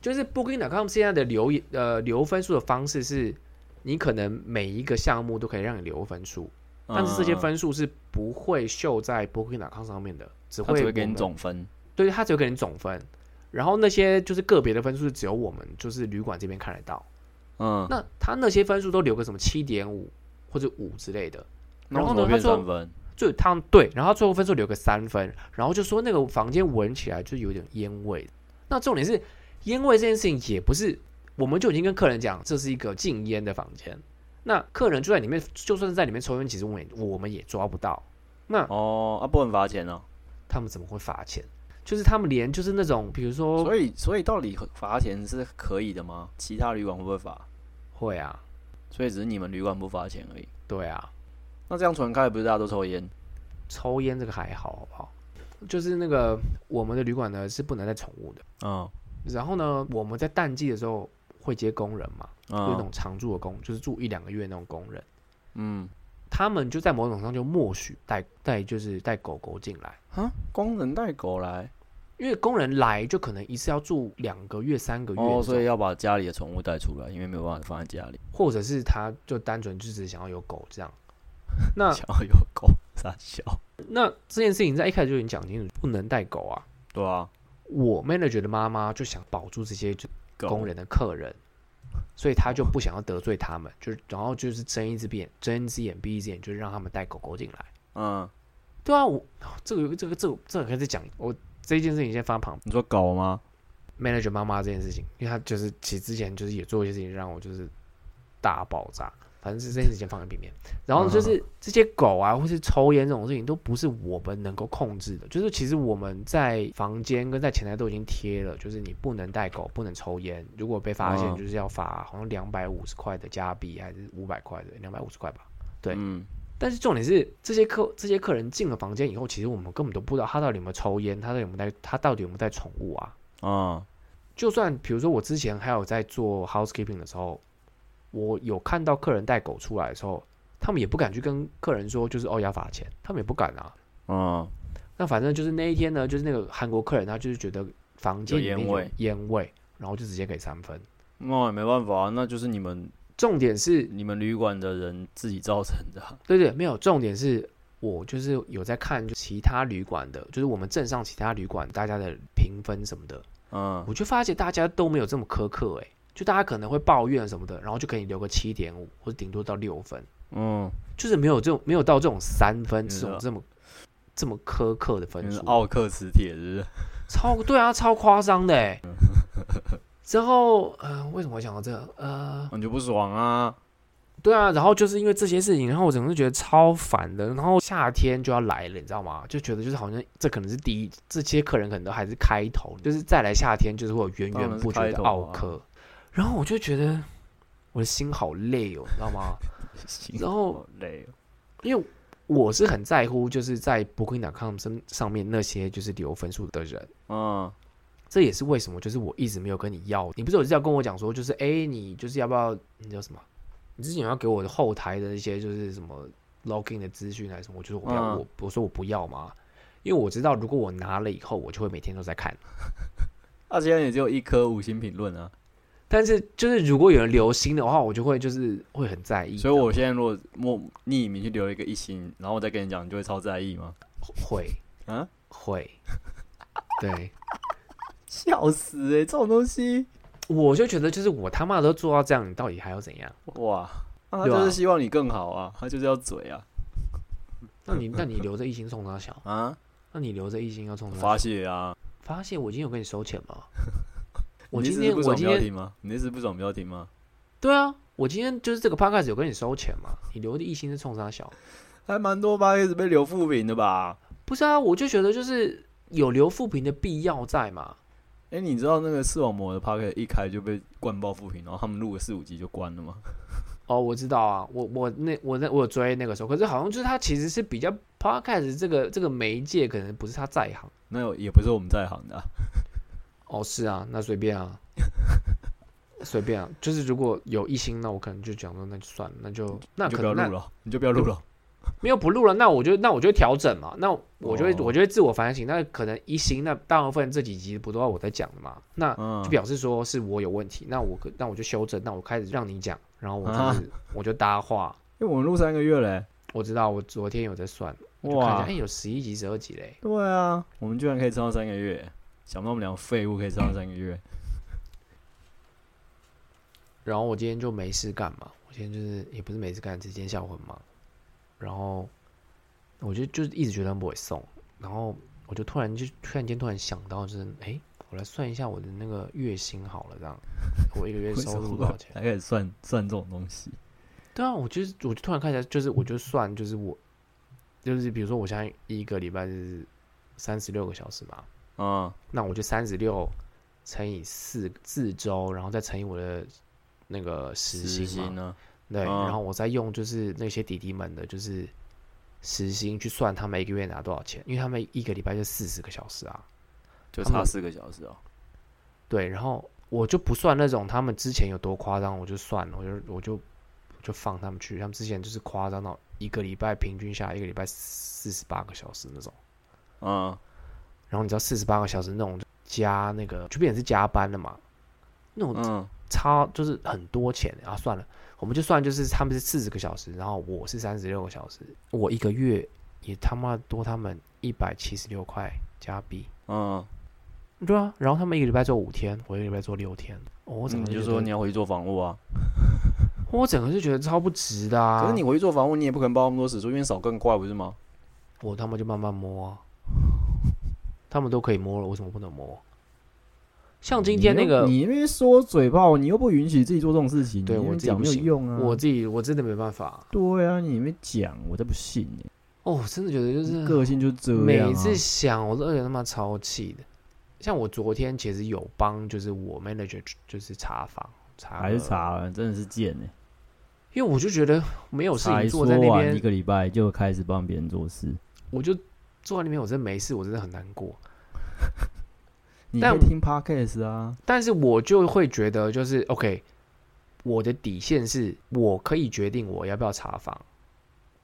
[SPEAKER 2] 就是 Booking.com 现在的留呃留分数的方式是，你可能每一个项目都可以让你留分数，但是这
[SPEAKER 1] 嗯
[SPEAKER 2] 些分数是不会秀在 Booking.com 上面的，只
[SPEAKER 1] 嗯
[SPEAKER 2] 会
[SPEAKER 1] 他只会
[SPEAKER 2] 我
[SPEAKER 1] 给你
[SPEAKER 2] 们
[SPEAKER 1] 总分，
[SPEAKER 2] 对，它只有给你总分，然后那些就是个别的分数是只有我们就是旅馆这边看得到。
[SPEAKER 1] 嗯，
[SPEAKER 2] 那他那些分数都留个什么七点五或者五之类的，
[SPEAKER 1] 那
[SPEAKER 2] 然后
[SPEAKER 1] 为什么
[SPEAKER 2] 呢
[SPEAKER 1] 变
[SPEAKER 2] 他说
[SPEAKER 1] 三分，
[SPEAKER 2] 就他对，然后最后分数留个三分，然后就说那个房间闻起来就有点烟味。那重点是烟味这件事情也不是，我们就已经跟客人讲这是一个禁烟的房间，那客人就在里面，就算是在里面抽烟，其实我们也我们也抓不到。那
[SPEAKER 1] 哦，啊，不能罚钱哦，
[SPEAKER 2] 他们怎么会罚钱？就是他们连就是那种，比如说
[SPEAKER 1] 所以所以到底罚钱是可以的吗？其他旅馆会不会罚？
[SPEAKER 2] 会啊，
[SPEAKER 1] 所以只是你们旅馆不罚钱而已。
[SPEAKER 2] 对啊，
[SPEAKER 1] 那这样传开不是大家都抽烟？
[SPEAKER 2] 抽烟这个还好，好不好？就是那个我们的旅馆呢是不能带宠物的。
[SPEAKER 1] 嗯
[SPEAKER 2] 然后呢，我们在淡季的时候会接工人嘛，就那
[SPEAKER 1] 嗯
[SPEAKER 2] 种常住的工，就是住一两个月那种工人，
[SPEAKER 1] 嗯，
[SPEAKER 2] 他们就在某种程度上就默许带带就是带狗狗进来，
[SPEAKER 1] 啊，工人带狗来
[SPEAKER 2] 因为工人来就可能一次要住两个月、三个月这种，
[SPEAKER 1] 哦，所以要把家里的宠物带出来，因为没有办法放在家里。
[SPEAKER 2] 或者是他就单纯就只想要有狗这样。那
[SPEAKER 1] 想要有狗，傻笑。
[SPEAKER 2] 那这件事情在一开始就已经讲清楚，不能带狗啊。
[SPEAKER 1] 对啊，
[SPEAKER 2] 我 manager 的妈妈就想保住这些就
[SPEAKER 1] 狗
[SPEAKER 2] 工人的客人，所以他就不想要得罪他们，就是然后就是睁一只眼睁一只眼闭一只眼，就是让他们带狗狗进来。
[SPEAKER 1] 嗯，
[SPEAKER 2] 对啊，我哦这个这个这个这个可以再讲，我这件事情先放旁
[SPEAKER 1] 你说狗吗？
[SPEAKER 2] manager 妈妈这件事情，因为他就是其实之前就是也做一些事情让我就是大爆炸，反正是这件事情放在里面。然后就是这些狗啊，或是抽烟这种事情，都不是我们能够控制的。就是其实我们在房间跟在前台都已经贴了，就是你不能带狗，不能抽烟。如果被发现，
[SPEAKER 1] 嗯
[SPEAKER 2] 就是要罚好像两百五十块的加币，还是五百块的，两百五十块吧。对
[SPEAKER 1] 嗯，
[SPEAKER 2] 但是重点是，这些客这些客人进了房间以后，其实我们根本都不知道他到底有没有抽烟，他到底有没有带他到底有没有带宠物啊？
[SPEAKER 1] 啊，
[SPEAKER 2] 就算比如说我之前还有在做 housekeeping 的时候，我有看到客人带狗出来的时候，他们也不敢去跟客人说就是哦要罚钱，他们也不敢啊。
[SPEAKER 1] 嗯，
[SPEAKER 2] 那反正就是那一天呢，就是那个韩国客人他就是觉得房间
[SPEAKER 1] 有
[SPEAKER 2] 里
[SPEAKER 1] 烟
[SPEAKER 2] 面有
[SPEAKER 1] 味
[SPEAKER 2] 烟味，然后就直接给三分。
[SPEAKER 1] 那也没办法啊，那就是你们
[SPEAKER 2] 重点是
[SPEAKER 1] 你们旅馆的人自己造成的啊。
[SPEAKER 2] 对对，没有。重点是我就是有在看就其他旅馆的，就是我们镇上其他旅馆大家的评分什么的，
[SPEAKER 1] 嗯
[SPEAKER 2] 我就发现大家都没有这么苛刻诶、就大家可能会抱怨什么的，然后就给你留个七点五或者顶多到六分，
[SPEAKER 1] 嗯，
[SPEAKER 2] 就是没有这种没有到这种三分
[SPEAKER 1] 嗯
[SPEAKER 2] 这种这么这么苛刻的分
[SPEAKER 1] 你是
[SPEAKER 2] 数，
[SPEAKER 1] 奥克磁铁是
[SPEAKER 2] 超对啊，超夸张的诶、然后，呃，为什么我讲到这个？呃，
[SPEAKER 1] 哦不是？你就不爽啊？
[SPEAKER 2] 对啊，然后就是因为这些事情，然后我整个就觉得超烦的。然后夏天就要来了，你知道吗？就觉得就是好像这可能是第一，这些客人可能都还是开头，就是再来夏天就是会有源源不绝的奥
[SPEAKER 1] 当然
[SPEAKER 2] 克。然后我就觉得我的心好累哦，你知道 吗？然后
[SPEAKER 1] 好累哦，
[SPEAKER 2] 因为我是很在乎就是在 Booking.com 上上面那些就是留分数的人。
[SPEAKER 1] 嗯
[SPEAKER 2] 这也是为什么，就是我一直没有跟你要。你不是有一直要跟我讲说，就是哎，你就是要不要，你叫什么？你之前有要给我的后台的一些就是什么 login 的资讯还是什么？我就说我不要，
[SPEAKER 1] 嗯
[SPEAKER 2] 我我说我不要嘛，因为我知道如果我拿了以后，我就会每天都在看。
[SPEAKER 1] 啊，现在也只有一颗五星评论啊，
[SPEAKER 2] 但是就是如果有人留心的话，我就会就是会很在意。
[SPEAKER 1] 所以我现在如果默匿名去留一个一星，然后我再跟你讲，你就会超在意吗？
[SPEAKER 2] 会
[SPEAKER 1] 啊，
[SPEAKER 2] 会，对，
[SPEAKER 1] 笑死哎、欸，这种东西，
[SPEAKER 2] 我就觉得就是我他妈都做到这样，你到底还要怎样？
[SPEAKER 1] 哇，那他
[SPEAKER 2] 对啊
[SPEAKER 1] 就是希望你更好啊，他就是要嘴啊
[SPEAKER 2] 那你那你留着一心冲他小，
[SPEAKER 1] 啊，
[SPEAKER 2] 那你留着一心要冲他
[SPEAKER 1] 发泄啊！
[SPEAKER 2] 发现我今天有跟你收钱 吗？我
[SPEAKER 1] 你那
[SPEAKER 2] 今
[SPEAKER 1] 次是
[SPEAKER 2] 天
[SPEAKER 1] 不
[SPEAKER 2] 我
[SPEAKER 1] 爽
[SPEAKER 2] 今
[SPEAKER 1] 标
[SPEAKER 2] 天
[SPEAKER 1] 题吗？你那次不爽标题吗？
[SPEAKER 2] 对啊，我今天就是这个 podcast 有跟你收钱嘛？你留的一心是冲啥小？
[SPEAKER 1] 还蛮多吧，一直被留负评的吧？
[SPEAKER 2] 不是啊，我就觉得就是有留复评的必要在嘛。
[SPEAKER 1] 哎、你知道那个视网膜的 p o c k e t 一开就被灌爆负评，然后他们录了四五集就关了吗？
[SPEAKER 2] 哦，我知道啊，我我那我那我有追那个时候，可是好像就是他其实是比较 podcast 这个这个媒介可能不是他在行。
[SPEAKER 1] 那有也不是我们在行的啊、
[SPEAKER 2] 哦，是啊，那随 便啊，随便啊，就是如果有一心，那我可能就讲说那就算了，那就那
[SPEAKER 1] 你就
[SPEAKER 2] 可
[SPEAKER 1] 不要
[SPEAKER 2] 能那
[SPEAKER 1] 录了，你就不要录了。
[SPEAKER 2] 没有不录了，那我就那我就会调整嘛，那我就会、
[SPEAKER 1] 哦
[SPEAKER 2] 我就会自我反省。那可能一星，那大部分这几集不都是我在讲的嘛，那
[SPEAKER 1] 嗯
[SPEAKER 2] 就，表示说是我有问题，那我可那我就修正，那我开始让你讲，然后我就是、
[SPEAKER 1] 啊
[SPEAKER 2] 我就搭话。
[SPEAKER 1] 因为我们录三个月嘞、
[SPEAKER 2] 我知道我昨天有在算，我就看一下，
[SPEAKER 1] 哇
[SPEAKER 2] 哎，，有十一集、十二集嘞，
[SPEAKER 1] 对啊，我们居然可以撑到三个月，想不到我们两个废物可以撑到三个月。
[SPEAKER 2] 然后我今天就没事干嘛，我今天就是也不是没事干，只是今天下午很忙，然后我就就是一直觉得很不会送，然后我就突然就突然间突然想到，就是诶，我来算一下我的那个月薪好了，这样我一个月 收入多少钱？
[SPEAKER 1] 还开始算算这种东西？
[SPEAKER 2] 对啊，我就是我就突然看一下，就是我就算就是我就是比如说我现在一个礼拜是三十六个小时嘛，
[SPEAKER 1] 啊、
[SPEAKER 2] 那我就三十六乘以四四周，然后再乘以我的那个时薪
[SPEAKER 1] 实
[SPEAKER 2] 嘛。
[SPEAKER 1] 薪呢？
[SPEAKER 2] 对，
[SPEAKER 1] 嗯
[SPEAKER 2] 然后我再用就是那些弟弟们的，就是时薪去算他们一个月拿多少钱，因为他们一个礼拜就四十个小时啊。
[SPEAKER 1] 就
[SPEAKER 2] 他们
[SPEAKER 1] 差四个小时哦。
[SPEAKER 2] 对，然后我就不算那种他们之前有多夸张，我就算了，我就我就我就放他们去，他们之前就是夸张到一个礼拜平均下来一个礼拜四十八个小时那种。
[SPEAKER 1] 嗯，
[SPEAKER 2] 然后你知道四十八个小时那种加那个就变成是加班了嘛，那种
[SPEAKER 1] 嗯，
[SPEAKER 2] 差就是很多钱啊！算了，我们就算就是他们是四十个小时，然后我是三十六个小时，我一个月也他妈多他们一百七十六块加币，
[SPEAKER 1] 嗯，
[SPEAKER 2] 对啊。然后他们一个礼拜做五天，我一个礼拜做六天，哦我整
[SPEAKER 1] 嗯你
[SPEAKER 2] 个
[SPEAKER 1] 就
[SPEAKER 2] 觉
[SPEAKER 1] 说
[SPEAKER 2] 得
[SPEAKER 1] 你要回去做房务啊？
[SPEAKER 2] 我整个就觉得超不值的啊！
[SPEAKER 1] 可是你回去做房务，你也不可能报那么多时数，因为少更快不是吗？
[SPEAKER 2] 我他妈就慢慢摸啊，他们都可以摸了，为什么不能摸？像今天那个，
[SPEAKER 1] 你因为说嘴炮，你又不允许自己做这种事情，
[SPEAKER 2] 对
[SPEAKER 1] 你那边
[SPEAKER 2] 我自己
[SPEAKER 1] 讲
[SPEAKER 2] 不
[SPEAKER 1] 没有
[SPEAKER 2] 行
[SPEAKER 1] 用啊。
[SPEAKER 2] 我自己我真的没办法
[SPEAKER 1] 对啊，你没讲，我才不信呢、
[SPEAKER 2] 哦，真的觉得就是
[SPEAKER 1] 个性就这样、啊。
[SPEAKER 2] 每次想我都有他妈超气的。像我昨天其实有帮，就是我 manager 就是查房查
[SPEAKER 1] 还是
[SPEAKER 2] 了，
[SPEAKER 1] 查了，真的是贱呢、
[SPEAKER 2] 因为我就觉得没有事
[SPEAKER 1] 才
[SPEAKER 2] 情
[SPEAKER 1] 说
[SPEAKER 2] 做在那
[SPEAKER 1] 完一啊
[SPEAKER 2] 边，
[SPEAKER 1] 个礼拜就开始帮别人做事，
[SPEAKER 2] 我就坐在那边，我真的没事，我真的很难过。
[SPEAKER 1] 你可
[SPEAKER 2] 但
[SPEAKER 1] 以听 podcast 啊。
[SPEAKER 2] 但是我就会觉得，就是 OK，我的底线是我可以决定我要不要查房，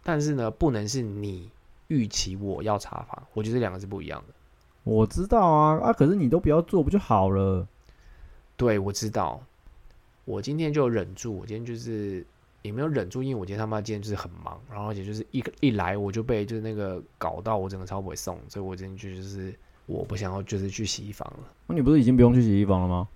[SPEAKER 2] 但是呢，不能是你预期我要查房，我觉得这两个是不一样的。
[SPEAKER 1] 我知道啊，啊，可是你都不要做不就好了？
[SPEAKER 2] 对，我知道，我今天就忍住，我今天就是也没有忍住，因为我今天他妈今天就是很忙，然后而且就是一个一来我就被就是那个搞到我整个超不会送，所以我今天就就是我不想要就是去洗衣房了。
[SPEAKER 1] 那你不是已经不用去洗衣房了吗？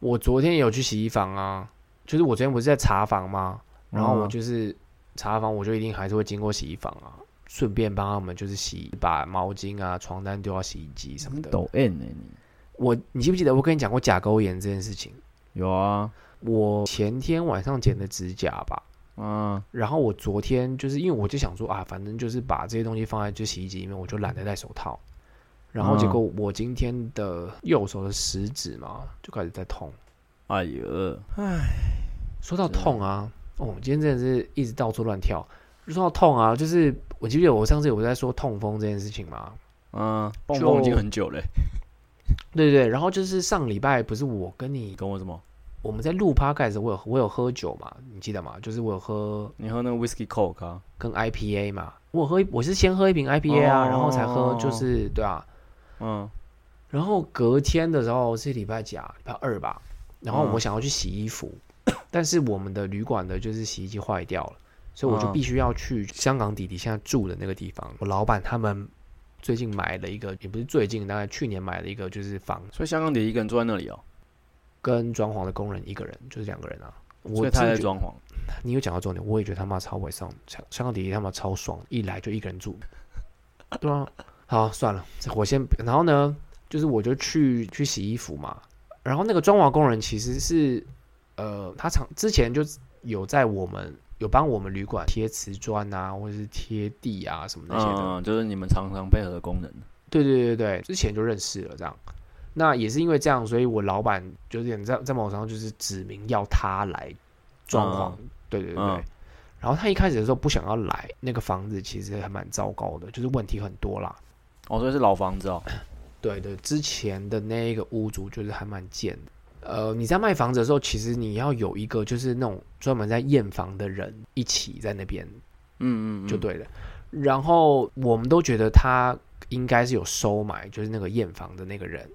[SPEAKER 2] 我昨天也有去洗衣房啊，就是我昨天不是在查房吗？然后我
[SPEAKER 1] 嗯
[SPEAKER 2] 就是查房，我就一定还是会经过洗衣房啊，顺便帮他们就是洗，把毛巾啊、床单丢到洗衣机什么
[SPEAKER 1] 你
[SPEAKER 2] 的。
[SPEAKER 1] 抖 N 呢、你
[SPEAKER 2] 我，你记不记得我跟你讲过甲沟炎这件事情？
[SPEAKER 1] 有啊，
[SPEAKER 2] 我前天晚上剪的指甲吧，
[SPEAKER 1] 啊，
[SPEAKER 2] 然后我昨天就是因为我就想说啊，反正就是把这些东西放在就洗衣机里面，我就懒得戴手套。然后结果我今天的右手的食指嘛，就开始在痛。
[SPEAKER 1] 哎呦，
[SPEAKER 2] 说到痛啊，哦，我今天真的是一直到处乱跳。说到痛啊，就是我记不记得我上次有在说痛风这件事情嘛？
[SPEAKER 1] 啊，蹦
[SPEAKER 2] 就
[SPEAKER 1] 蹦已经很久了、
[SPEAKER 2] 对对对，然后就是上礼拜不是我跟
[SPEAKER 1] 你
[SPEAKER 2] 你
[SPEAKER 1] 跟我什么？
[SPEAKER 2] 我们在录 podcast，我有我有喝酒嘛，你记得吗？就是我有喝
[SPEAKER 1] 你喝那个 whiskey coke 啊？
[SPEAKER 2] 跟 IPA 嘛，我有喝一我是先喝一瓶 IPA 啊，
[SPEAKER 1] 哦
[SPEAKER 2] 然后才喝就是对啊，
[SPEAKER 1] 嗯，
[SPEAKER 2] 然后隔天的时候是礼拜几啊？礼拜二吧。然后
[SPEAKER 1] 嗯
[SPEAKER 2] 我想要去洗衣服，但是我们的旅馆的就是洗衣机坏掉了，所以我就
[SPEAKER 1] 嗯
[SPEAKER 2] 必须要去香港弟弟现在住的那个地方。我老板他们最近买了一个，也不是最近，大概去年买了一个，就是房
[SPEAKER 1] 所以香港得一个人坐在那里哦，
[SPEAKER 2] 跟装潢的工人一个人，就是两个人啊。
[SPEAKER 1] 所
[SPEAKER 2] 我
[SPEAKER 1] 以他
[SPEAKER 2] 真
[SPEAKER 1] 在
[SPEAKER 2] 的觉得
[SPEAKER 1] 装潢。
[SPEAKER 2] 你有讲到重点，我也觉得他妈超会上香香港弟弟他妈超爽，一来就一个人住。对啊，好算了，这我先。然后呢，就是我就去去洗衣服嘛。然后那个装潢工人其实是，呃，他常之前就有在我们有帮我们旅馆贴瓷砖啊，或者是贴地啊什么那些的。
[SPEAKER 1] 嗯，就是你们常常配合的功能。
[SPEAKER 2] 对对对对，之前就认识了这样。那也是因为这样，所以我老板有点在在某种程度上就是指明要他来装潢。对对对对。
[SPEAKER 1] 嗯
[SPEAKER 2] 然后他一开始的时候不想要来，那个房子其实还蛮糟糕的，就是问题很多啦。
[SPEAKER 1] 哦，所以是老房子哦。
[SPEAKER 2] 对对，之前的那个屋主就是还蛮贱的。呃，你在卖房子的时候，其实你要有一个就是那种专门在验房的人一起在那边
[SPEAKER 1] 嗯嗯，嗯
[SPEAKER 2] 就。对了。然后我们都觉得他应该是有收买，就是那个验房的那个人，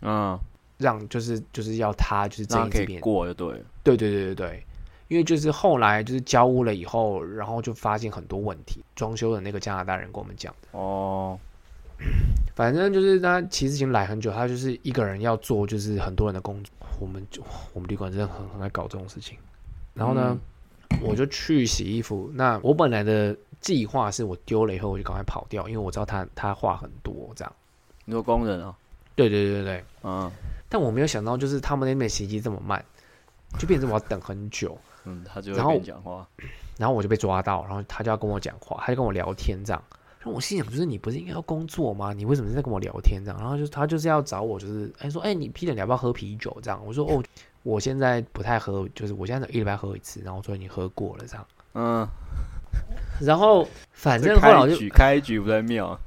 [SPEAKER 1] 嗯，
[SPEAKER 2] 让就是就是要他就是
[SPEAKER 1] 那
[SPEAKER 2] 睁一
[SPEAKER 1] 可
[SPEAKER 2] 只
[SPEAKER 1] 以
[SPEAKER 2] 眼
[SPEAKER 1] 过就对了。
[SPEAKER 2] 对对对对对，因为就是后来就是交屋了以后，然后就发现很多问题。装修的那个加拿大人跟我们讲，
[SPEAKER 1] 哦，
[SPEAKER 2] 反正就是他其实已经来很久，他就是一个人要做就是很多人的工作。我们就我们旅馆真的很很爱搞这种事情。然后呢，
[SPEAKER 1] 嗯
[SPEAKER 2] 我就去洗衣服。那我本来的计划是我丢了以后我就赶快跑掉，因为我知道他他话很多这样。
[SPEAKER 1] 你说工人啊？
[SPEAKER 2] 对对对对对。
[SPEAKER 1] 嗯
[SPEAKER 2] 但我没有想到，就是他们那边洗衣机这么慢，就变成我要等很久。
[SPEAKER 1] 嗯，他就会
[SPEAKER 2] 然后
[SPEAKER 1] 跟你讲话。
[SPEAKER 2] 然后我就被抓到，然后他就要跟我讲话，他就跟我聊天这样。然后我心想，就是你不是应该要工作吗？你为什么在跟我聊天这样？然后就是他就是要找我，就是哎说哎你 Peter 你要不要喝啤酒这样？我说哦我现在不太喝，就是我现在一礼拜喝一次，然后我昨天已经喝过了这样。
[SPEAKER 1] 嗯，
[SPEAKER 2] 然后反正
[SPEAKER 1] 这
[SPEAKER 2] 后来我
[SPEAKER 1] 开
[SPEAKER 2] 就
[SPEAKER 1] 局开局不太妙。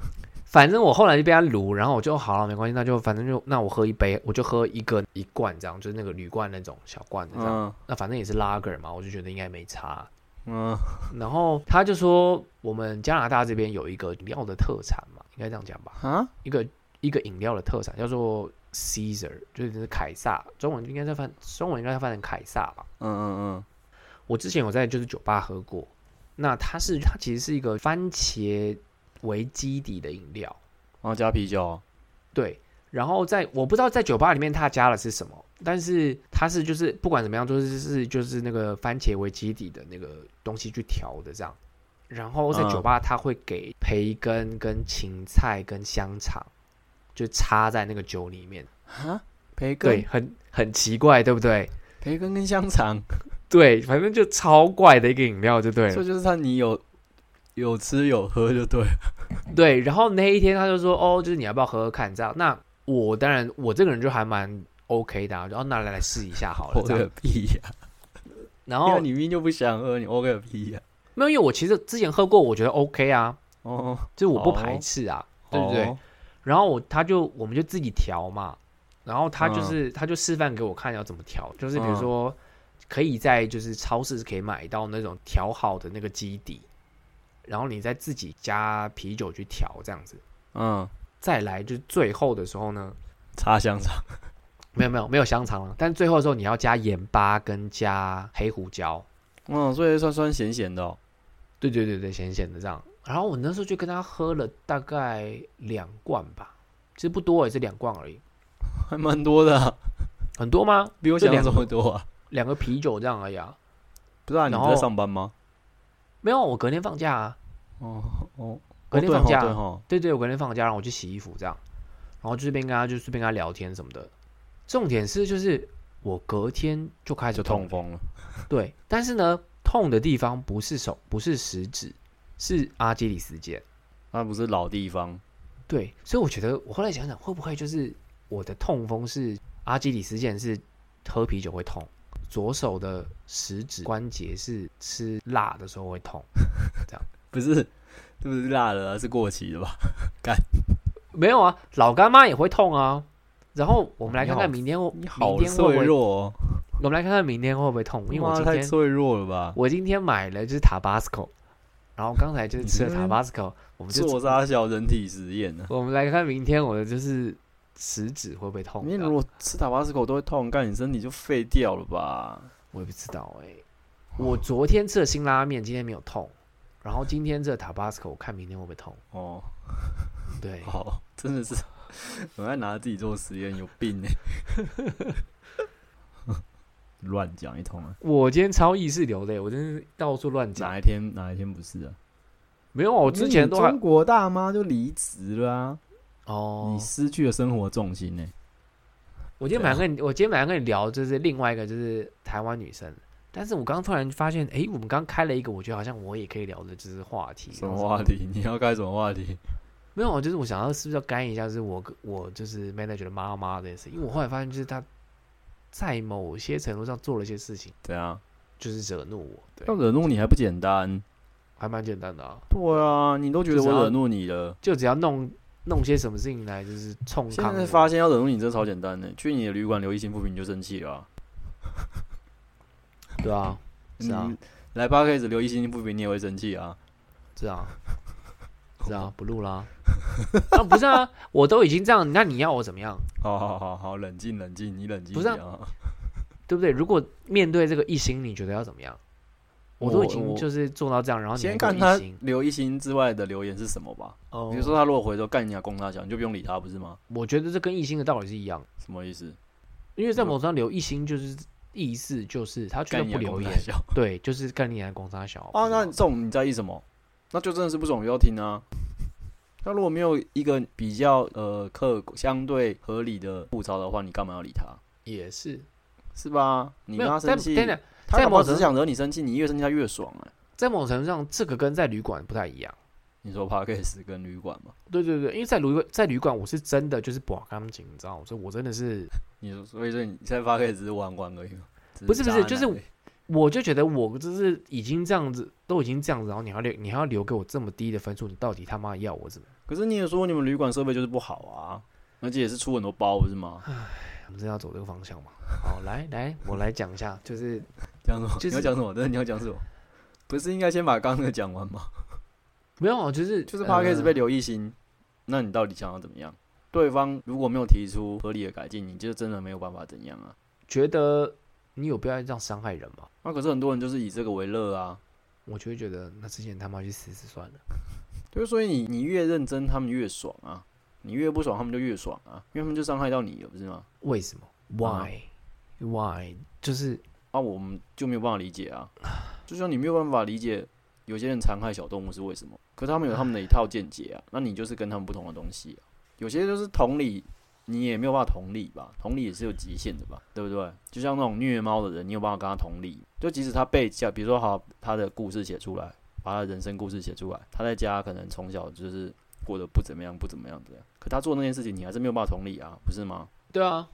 [SPEAKER 2] 反正我后来就被他撸，然后我就好了没关系，那就反正就那我喝一杯，我就喝一个一罐这样，就是那个铝罐那种小罐的这样。
[SPEAKER 1] 嗯
[SPEAKER 2] 那反正也是拉格嘛，我就觉得应该没差。
[SPEAKER 1] 嗯，
[SPEAKER 2] 然后他就说，我们加拿大这边有一个饮料的特产嘛，应该这样讲吧，
[SPEAKER 1] 啊，
[SPEAKER 2] 一个一个饮料的特产叫做 Caesar，就是凯撒，中文应该在翻，中文应该翻成凯撒吧。
[SPEAKER 1] 嗯嗯
[SPEAKER 2] 我之前有在就是酒吧喝过，那它是它其实是一个番茄为基底的饮料，
[SPEAKER 1] 嗯，然后加啤酒。
[SPEAKER 2] 对。然后在我不知道在酒吧里面它加了是什么，但是它是就是不管怎么样，就是是就是那个番茄为基底的那个东西去调的这样。然后在
[SPEAKER 1] 嗯
[SPEAKER 2] 酒吧它会给培根、跟芹菜、跟香肠，就插在那个酒里面。
[SPEAKER 1] 啊，培
[SPEAKER 2] 对，
[SPEAKER 1] 根，
[SPEAKER 2] 很很奇怪，对不对？
[SPEAKER 1] 培根跟香肠，
[SPEAKER 2] 对，反正就超怪的一个饮料，就对了
[SPEAKER 1] 这。就是它你有有吃有喝就对了。
[SPEAKER 2] 对，然后那一天他就说，哦，就是你要不要喝喝看这样？那我当然我这个人就还蛮 OK 的、啊，然后拿来来试一下好了
[SPEAKER 1] 我
[SPEAKER 2] 这
[SPEAKER 1] 个
[SPEAKER 2] 样。
[SPEAKER 1] 屁呀！
[SPEAKER 2] 然
[SPEAKER 1] 因
[SPEAKER 2] 后
[SPEAKER 1] 为你明明就不想喝，你 OK 个屁呀！
[SPEAKER 2] 没有，因为我其实之前喝过，我觉得 OK 啊，
[SPEAKER 1] 哦，
[SPEAKER 2] 就是我不
[SPEAKER 1] 哦
[SPEAKER 2] 排斥啊，对不对？
[SPEAKER 1] 哦？
[SPEAKER 2] 然后我他就我们就自己调嘛，然后他就
[SPEAKER 1] 嗯
[SPEAKER 2] 是、他就示范给我看要怎么调，就是比如
[SPEAKER 1] 嗯
[SPEAKER 2] 说、可以在就是超市是可以买到那种调好的那个基底，然后你再自己加啤酒去调这样子。
[SPEAKER 1] 嗯，
[SPEAKER 2] 再来就是最后的时候呢，
[SPEAKER 1] 插香肠，
[SPEAKER 2] 没有没有没有香肠了，但最后的时候你要加盐巴跟加黑胡椒，
[SPEAKER 1] 嗯，所以酸酸咸咸的哦。
[SPEAKER 2] 对对对对，咸咸的这样。然后我那时候就跟他喝了大概两罐吧，其实不多也欸是两罐而已，
[SPEAKER 1] 还蛮多的啊、
[SPEAKER 2] 很多吗？
[SPEAKER 1] 比我
[SPEAKER 2] 这
[SPEAKER 1] 想象
[SPEAKER 2] 两
[SPEAKER 1] 中的多啊！
[SPEAKER 2] 两个啤酒这样而已啊。
[SPEAKER 1] 不是啊，你
[SPEAKER 2] 然
[SPEAKER 1] 不在
[SPEAKER 2] 后
[SPEAKER 1] 上班吗？
[SPEAKER 2] 没有，我隔天放假啊，
[SPEAKER 1] 哦哦，
[SPEAKER 2] 隔
[SPEAKER 1] 哦
[SPEAKER 2] 天
[SPEAKER 1] 对
[SPEAKER 2] 放
[SPEAKER 1] 吼
[SPEAKER 2] 假
[SPEAKER 1] 对哈，
[SPEAKER 2] 对对，我隔天放假，然后我去洗衣服这样，然后就这边跟他就顺便跟他聊天什么的。重点是就是我隔天就开始
[SPEAKER 1] 就痛
[SPEAKER 2] 痛，
[SPEAKER 1] 风了。
[SPEAKER 2] 对，但是呢，痛的地方不是手，不是食指，是阿基里斯腱。
[SPEAKER 1] 那不是老地方，
[SPEAKER 2] 对，所以我觉得我后来想想，会不会就是我的痛风是阿基里斯腱是喝啤酒会痛，左手的食指关节是吃辣的时候会痛。
[SPEAKER 1] 不是，这不是辣的、啊，是过期的吧？
[SPEAKER 2] 没有啊，老干妈也会痛啊。然后我们来
[SPEAKER 1] 你
[SPEAKER 2] 看看
[SPEAKER 1] 好
[SPEAKER 2] 明天会，
[SPEAKER 1] 你好
[SPEAKER 2] 明天会
[SPEAKER 1] 脆
[SPEAKER 2] 不会？
[SPEAKER 1] 弱哦，
[SPEAKER 2] 我们来看看明天会不会痛，因为我
[SPEAKER 1] 妈
[SPEAKER 2] 今
[SPEAKER 1] 太
[SPEAKER 2] 天
[SPEAKER 1] 脆弱了吧？
[SPEAKER 2] 我今天买了就是 Tabasco，然后刚才就是吃了
[SPEAKER 1] 你这
[SPEAKER 2] Tabasco，我们
[SPEAKER 1] 做
[SPEAKER 2] 就
[SPEAKER 1] 啥小人体实验呢、
[SPEAKER 2] 我们来看明天我的就是食指会不会痛啊
[SPEAKER 1] 因为
[SPEAKER 2] 这
[SPEAKER 1] 如
[SPEAKER 2] 样？
[SPEAKER 1] 果吃塔巴斯口都会痛，干你身体就废掉了吧？
[SPEAKER 2] 我也不知道哎、我昨天吃了辛拉面，今天没有痛，然后今天这 Tabasco，我看明天会不会痛？
[SPEAKER 1] 哦，
[SPEAKER 2] 对，
[SPEAKER 1] 好，真的是很爱拿自己做实验，有病欸呢、 乱讲一通啊！
[SPEAKER 2] 我今天超意识流的欸、我真是到处乱讲。
[SPEAKER 1] 哪一天哪一天不是啊？
[SPEAKER 2] 没有啊，我之前都
[SPEAKER 1] 因为你
[SPEAKER 2] 还
[SPEAKER 1] 中国大妈就离职了啊，
[SPEAKER 2] 哦
[SPEAKER 1] 你，失去了生活重心欸呢、
[SPEAKER 2] 我今天晚上跟你，我今天晚上跟你聊，就是另外一个就是台湾女生，但是我刚突然发现，诶，我们刚开了一个，我觉得好像我也可以聊的，就是话题。
[SPEAKER 1] 什么话？题？ 你要开什么话题？
[SPEAKER 2] 没有，啊就是我想要是不是要干一下，就是我我就是 manager 的妈妈这件事，因为我后来发现，就是她在某些程度上做了一些事情，
[SPEAKER 1] 怎样？
[SPEAKER 2] 就是惹怒我，
[SPEAKER 1] 啊
[SPEAKER 2] 对，
[SPEAKER 1] 要惹怒你还不简单？
[SPEAKER 2] 还蛮简单的啊，
[SPEAKER 1] 对啊，你都觉得
[SPEAKER 2] 就是
[SPEAKER 1] 我
[SPEAKER 2] 要
[SPEAKER 1] 惹怒你了，
[SPEAKER 2] 就只要弄弄些什么事情来，就是冲
[SPEAKER 1] 现
[SPEAKER 2] 康
[SPEAKER 1] 在
[SPEAKER 2] 我。
[SPEAKER 1] 发现要惹怒你真的超简单的，去你的旅馆留一星不平你就生气了啊、
[SPEAKER 2] 对啊，是啊
[SPEAKER 1] 你，来 p a r k 留一星不平你也会生气啊。
[SPEAKER 2] 是啊，是啊，不录啦。啊，不是啊，我都已经这样，那你要我怎么样？
[SPEAKER 1] 好好好好，冷静冷静，你冷静
[SPEAKER 2] 不
[SPEAKER 1] 一
[SPEAKER 2] 是
[SPEAKER 1] 点
[SPEAKER 2] 啊
[SPEAKER 1] 啊。
[SPEAKER 2] 对不对？如果面对这个一星，你觉得要怎么样？我都已经
[SPEAKER 1] 我
[SPEAKER 2] 就是做到这样，然后你还
[SPEAKER 1] 先
[SPEAKER 2] 给我
[SPEAKER 1] 看他
[SPEAKER 2] 一星，
[SPEAKER 1] 留一星之外的留言是什么吧。
[SPEAKER 2] 哦
[SPEAKER 1] 比如说他如果回头干你啊，攻他讲，你就不用理他，不是吗？
[SPEAKER 2] 我觉得这跟一星的道理是一样，
[SPEAKER 1] 什么意思？
[SPEAKER 2] 因
[SPEAKER 1] 嗯
[SPEAKER 2] 为在某种程度上留一星就是意思就是他觉得
[SPEAKER 1] 干你
[SPEAKER 2] 不
[SPEAKER 1] 啊，
[SPEAKER 2] 留
[SPEAKER 1] 攻
[SPEAKER 2] 言
[SPEAKER 1] 他，讲。
[SPEAKER 2] 对，就是干你来攻他小
[SPEAKER 1] 啊，那
[SPEAKER 2] 不
[SPEAKER 1] 这
[SPEAKER 2] 知道
[SPEAKER 1] 种你在意什么？那就真的是不懂要听啊。那如果没有一个比较呃客相对合理的吐槽的话，你干嘛要理他？
[SPEAKER 2] 也是
[SPEAKER 1] 是吧？你
[SPEAKER 2] 没
[SPEAKER 1] 跟
[SPEAKER 2] 有，
[SPEAKER 1] 他
[SPEAKER 2] 在
[SPEAKER 1] 生气，
[SPEAKER 2] 等等，
[SPEAKER 1] 他
[SPEAKER 2] 在
[SPEAKER 1] 搞不好
[SPEAKER 2] 某
[SPEAKER 1] 只
[SPEAKER 2] 种
[SPEAKER 1] 是想惹你生气，你越生气他越爽哎、
[SPEAKER 2] 在某种程度上，这个跟在旅馆不太一样。
[SPEAKER 1] 你说 p a r k a s 跟旅馆嘛？
[SPEAKER 2] 对对对，因为在旅馆在旅馆，我是真的就是不好钢琴，你知道吗？所以我真的是
[SPEAKER 1] 你说，所以说你在 p a r k a s 只是玩玩而已嘛？只
[SPEAKER 2] 不是不是
[SPEAKER 1] 渣男
[SPEAKER 2] 就是
[SPEAKER 1] 而已
[SPEAKER 2] 我就觉得我就是已经这样子，都已经这样子，然后你还要留，你还要留给我这么低的分数，你到底他妈要我怎么样？
[SPEAKER 1] 可是你也说你们旅馆设备就是不好啊，而且也是出很多包不是吗？
[SPEAKER 2] 啊哎我们真的要走这个方向吗？好，来来，我来讲一下，就是
[SPEAKER 1] 讲什么？
[SPEAKER 2] 就是
[SPEAKER 1] 你要讲什么？真的你要讲什么？不是应该先把刚刚的讲完吗？
[SPEAKER 2] 没有，就是
[SPEAKER 1] 就是 p a r k a s
[SPEAKER 2] 呃
[SPEAKER 1] 被刘一星，那你到底想要怎么样？对方如果没有提出合理的改进，你就真的没有办法怎样啊？
[SPEAKER 2] 呃觉得你有必要这样伤害人吗？
[SPEAKER 1] 那可是很多人就是以这个为乐啊，
[SPEAKER 2] 我就会觉得那之前他妈去死死算了。
[SPEAKER 1] 对，所以你你越认真，他们越爽啊；你越不爽，他们就越爽啊，因为他们就伤害到你了，不是吗？
[SPEAKER 2] 为什么？Why？Why？、就是
[SPEAKER 1] 啊，我们就没有办法理解啊，就像你没有办法理解有些人残害小动物是为什么，可是他们有他们的一套见解啊，那你就是跟他们不同的东西啊。有些就是同理你也没有办法同理吧？同理也是有极限的吧，对不对？就像那种虐猫的人，你有办法跟他同理？就即使他被教，比如说好，他的故事写出来，把他的人生故事写出来，他在家可能从小就是过得不怎么样，不怎么样这样，可他做那件事情，你还是没有办法同理啊，不是吗？
[SPEAKER 2] 对啊，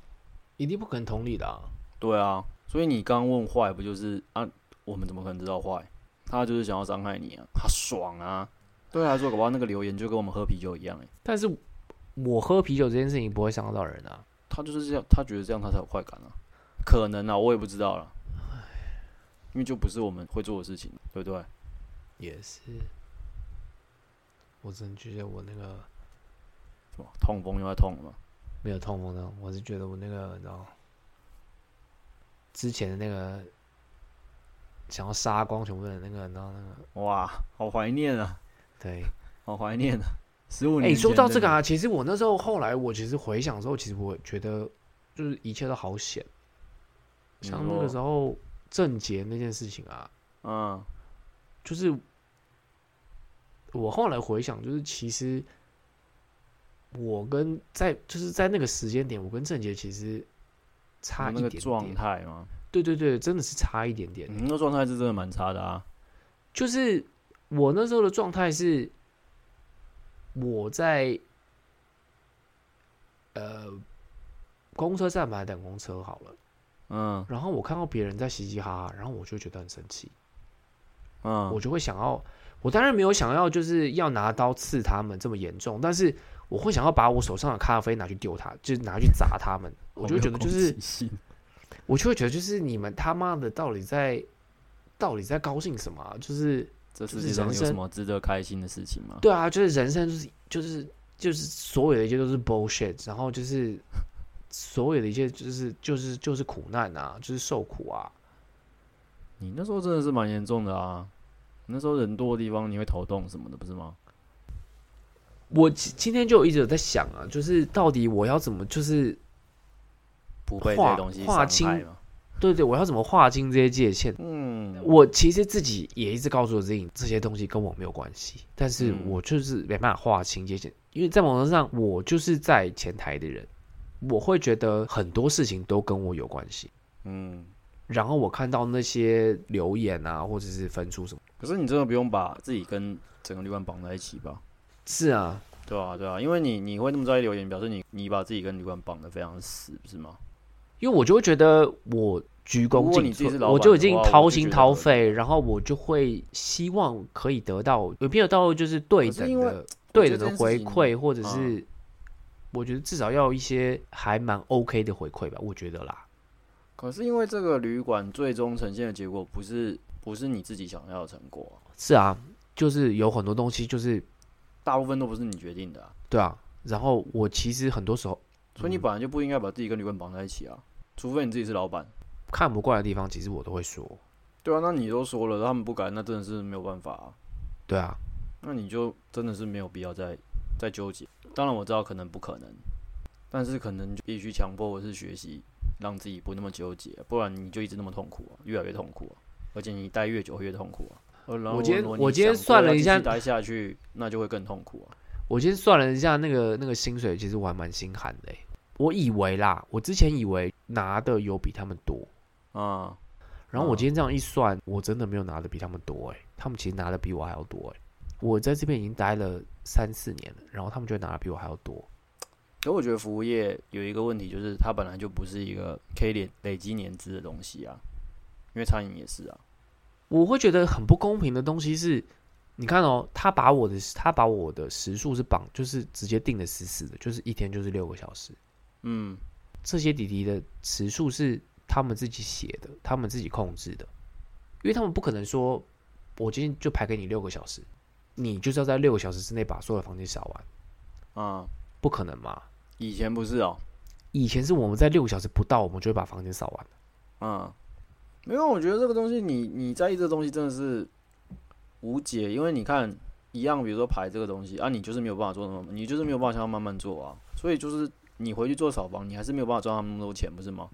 [SPEAKER 2] 一定不可能同理的啊。
[SPEAKER 1] 对啊，所以你刚问坏，不就是啊？我们怎么可能知道坏？他就是想要伤害你啊，他爽啊！对他来说，搞不好那个留言就跟我们喝啤酒一样、欸，
[SPEAKER 2] 但是我喝啤酒这件事情不会伤到人啊。
[SPEAKER 1] 他就是这样，他觉得这样他才有快感啊，可能啊，我也不知道啦，因为就不是我们会做的事情，对不对？
[SPEAKER 2] 也是，我真的觉得我那个
[SPEAKER 1] 什么痛风又在痛了嘛？
[SPEAKER 2] 没有痛风的，我是觉得我那个你知道，之前的那个想要杀光全部的那个，你知道那个
[SPEAKER 1] 哇，好怀念啊，
[SPEAKER 2] 对。
[SPEAKER 1] 好怀念啊！十五年
[SPEAKER 2] 哎、
[SPEAKER 1] 前的，
[SPEAKER 2] 说到这个啊，其实我那时候后来我其实回想之后，其实我觉得就是一切都好险。
[SPEAKER 1] 你
[SPEAKER 2] 像那个
[SPEAKER 1] 说
[SPEAKER 2] 时候郑杰那件事情啊，
[SPEAKER 1] 嗯，
[SPEAKER 2] 就是我后来回想，就是其实我跟在就是在那个时间点，我跟郑杰其实差一
[SPEAKER 1] 那
[SPEAKER 2] 点
[SPEAKER 1] 个
[SPEAKER 2] 点
[SPEAKER 1] 状态嗯嘛，
[SPEAKER 2] 对对对，真的是差一点点。
[SPEAKER 1] 你那个状态是真的蛮差的啊。
[SPEAKER 2] 就是我那时候的状态是，我在呃公车站牌等公车好了，
[SPEAKER 1] 嗯
[SPEAKER 2] 然后我看到别人在嘻嘻哈哈，然后我就觉得很生气，
[SPEAKER 1] 嗯，
[SPEAKER 2] 我就会想要，我当然没有想要就是要拿刀刺他们这么严重，但是我会想要把我手上的咖啡拿去丢他，就是拿去砸他们，我就会觉得就
[SPEAKER 1] 好没哦有
[SPEAKER 2] 是
[SPEAKER 1] 攻击性
[SPEAKER 2] 我就会觉得就是你们他妈的到底在到底在高兴什么啊、就是。
[SPEAKER 1] 这
[SPEAKER 2] 就
[SPEAKER 1] 世
[SPEAKER 2] 是
[SPEAKER 1] 界上有
[SPEAKER 2] 人生
[SPEAKER 1] 什么值得开心的事情吗？
[SPEAKER 2] 对啊，就是人生就是就是就是所有的一切都是 bullshit，然后就是所有的一切就是就是就是苦难啊，就是受苦啊。
[SPEAKER 1] 你那时候真的是蛮严重的啊。你那时候人多的地方你会头痛什么的，不是吗？
[SPEAKER 2] 我今今天就有一直有在想啊，就是到底我要怎么，就是
[SPEAKER 1] 不被这
[SPEAKER 2] 划
[SPEAKER 1] 些东西
[SPEAKER 2] 划
[SPEAKER 1] 伤
[SPEAKER 2] 清
[SPEAKER 1] 害嘛。
[SPEAKER 2] 对对，我要怎么划清这些界限？
[SPEAKER 1] 嗯，
[SPEAKER 2] 我其实自己也一直告诉我自己，这些东西跟我没有关系，但是
[SPEAKER 1] 嗯
[SPEAKER 2] 我就是没办法划清界限，因为在某种程度上，我就是在前台的人，我会觉得很多事情都跟我有关系。
[SPEAKER 1] 嗯，
[SPEAKER 2] 然后我看到那些留言啊，或者是分出什么，
[SPEAKER 1] 可是你真的不用把自己跟整个旅馆绑在一起吧？
[SPEAKER 2] 是啊，
[SPEAKER 1] 对啊，对啊，因为你你会那么在意留言，表示你你把自己跟旅馆绑得非常死，不是吗？
[SPEAKER 2] 因为我就会觉得我鞠
[SPEAKER 1] 如
[SPEAKER 2] 躬
[SPEAKER 1] 果
[SPEAKER 2] 尽
[SPEAKER 1] 你自己是老板
[SPEAKER 2] 瘁，我就已经
[SPEAKER 1] 的话
[SPEAKER 2] 掏
[SPEAKER 1] 我就觉
[SPEAKER 2] 心
[SPEAKER 1] 得
[SPEAKER 2] 掏肺，然后我就会希望可以得到，有没有到就是对
[SPEAKER 1] 可是因
[SPEAKER 2] 等
[SPEAKER 1] 为
[SPEAKER 2] 的对
[SPEAKER 1] 觉得
[SPEAKER 2] 等
[SPEAKER 1] 这件
[SPEAKER 2] 的回
[SPEAKER 1] 事情
[SPEAKER 2] 馈，或者
[SPEAKER 1] 嗯
[SPEAKER 2] 是我觉得至少要一些还蛮 OK 的回馈吧，我觉得啦，
[SPEAKER 1] 可是因为这个旅馆最终呈现的结果不是不是你自己想要的成果啊、
[SPEAKER 2] 是啊，就是有很多东西就是
[SPEAKER 1] 大部分都不是你决定的啊、
[SPEAKER 2] 对啊，然后我其实很多时候
[SPEAKER 1] 所以你本来就不应该把自己跟旅馆绑在一起啊，除非你自己是老板。
[SPEAKER 2] 看不惯的地方，其实我都会说，
[SPEAKER 1] 对啊，那你都说了，他们不敢，那真的是没有办法啊。
[SPEAKER 2] 对啊，
[SPEAKER 1] 那你就真的是没有必要再再纠结。当然我知道可能不可能，但是可能就必须强迫我是学习，让自己不那么纠结，不然你就一直那么痛苦啊，越来越痛苦啊，而且你待越久会越痛苦啊。呃然后
[SPEAKER 2] 我今天
[SPEAKER 1] 如果你
[SPEAKER 2] 我今天
[SPEAKER 1] 想过
[SPEAKER 2] 算了
[SPEAKER 1] 要
[SPEAKER 2] 一下
[SPEAKER 1] 继续待下去那就会更痛苦啊。
[SPEAKER 2] 我今天算了一下，那个那个薪水，其实我还蛮心寒的欸。我以为啦，我之前以为拿的有比他们多，
[SPEAKER 1] 啊、
[SPEAKER 2] 然后我
[SPEAKER 1] 嗯
[SPEAKER 2] 今天这样一算，我真的没有拿的比他们多哎，他们其实拿的比我还要多哎。我在这边已经待了三四年了，然后他们就拿的比我还要多。
[SPEAKER 1] 可我觉得服务业有一个问题，就是它本来就不是一个可以累累积年资的东西啊，因为餐饮也是啊。
[SPEAKER 2] 我会觉得很不公平的东西是，你看哦，他把我的他把我的时数是绑，就是直接定的死死的，就是一天就是六个小时。
[SPEAKER 1] 嗯，
[SPEAKER 2] 这些弟弟的时数是他们自己写的，他们自己控制的，因为他们不可能说，我今天就排给你六个小时，你就是要在六个小时之内把所有的房间扫完，
[SPEAKER 1] 啊、
[SPEAKER 2] 不可能嘛？
[SPEAKER 1] 以前不是哦，
[SPEAKER 2] 以前是我们在六个小时不到，我们就会把房间扫完。
[SPEAKER 1] 嗯，没有，我觉得这个东西你你在意这个东西真的是无解，因为你看一样，比如说排这个东西啊，你就是没有办法做那么，你就是没有办法像他慢慢做啊，所以就是你回去做扫房，你还是没有办法赚他们那么多钱，不是吗？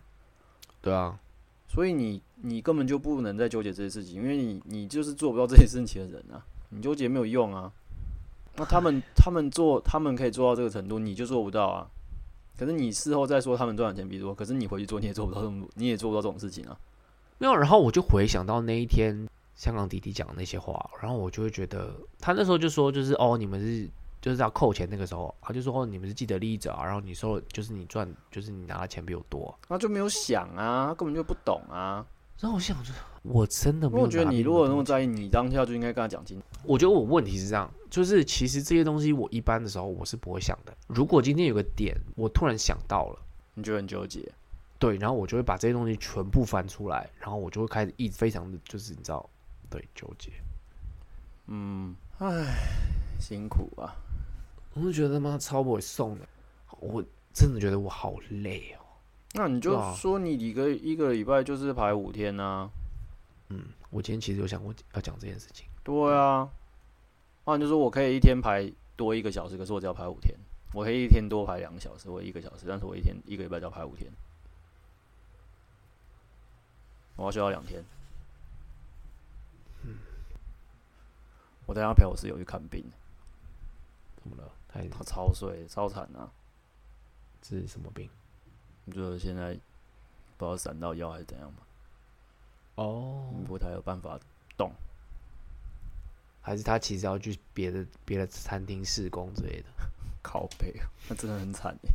[SPEAKER 2] 对啊，
[SPEAKER 1] 所以你你根本就不能再纠结这些事情，因为你你就是做不到这些事情的人啊，你纠结没有用啊。那他们他们做他们可以做到这个程度，你就做不到啊。可是你事后再说他们赚的钱比多，可是你回去做你也做不到这么，你也做不到这种事情啊。
[SPEAKER 2] 没有，然后我就回想到那一天香港弟弟讲的那些话，然后我就会觉得他那时候就说，就是哦，你们是就是要扣钱那个时候，他就说哦，你们是既得利益者啊，然后你收了就是你赚就是你拿的钱比我多，
[SPEAKER 1] 他就没有想啊，他根本就不懂啊。
[SPEAKER 2] 然后我想着我真的
[SPEAKER 1] 因
[SPEAKER 2] 没
[SPEAKER 1] 为
[SPEAKER 2] 有
[SPEAKER 1] 我
[SPEAKER 2] 拿比
[SPEAKER 1] 觉得你
[SPEAKER 2] 多多，
[SPEAKER 1] 如果那么在意，你当下就应该跟他讲清楚。
[SPEAKER 2] 我觉得我问题是这样，就是其实这些东西我一般的时候我是不会想的。如果今天有个点我突然想到了，
[SPEAKER 1] 你就很纠结，
[SPEAKER 2] 对，然后我就会把这些东西全部翻出来，然后我就会开始一非常的就是你知道，对纠结。
[SPEAKER 1] 嗯，唉，辛苦啊。
[SPEAKER 2] 我就觉得妈超不会送的，我真的觉得我好累哦。
[SPEAKER 1] 那你就
[SPEAKER 2] 对啊
[SPEAKER 1] 说你一个一个礼拜就是排五天啊，
[SPEAKER 2] 我今天其实有想过要讲这件事情，
[SPEAKER 1] 对啊，那你就说我可以一天排多一个小时，可是我只要排五天，我可以一天多排两个小时或一个小时，但是我一天一个礼拜只要排五天，我要休到两天。
[SPEAKER 2] 嗯
[SPEAKER 1] 我等一下陪我室友去看病，
[SPEAKER 2] 怎么了？他也
[SPEAKER 1] 他超睡超惨啊，
[SPEAKER 2] 这是什么病？
[SPEAKER 1] 就是现在不知道闪到腰还是怎样吧，
[SPEAKER 2] 哦，
[SPEAKER 1] 不太有办法动。
[SPEAKER 2] 还是他其实要去别的别的餐厅试工之类的？
[SPEAKER 1] 靠背， 那真的很惨欸耶。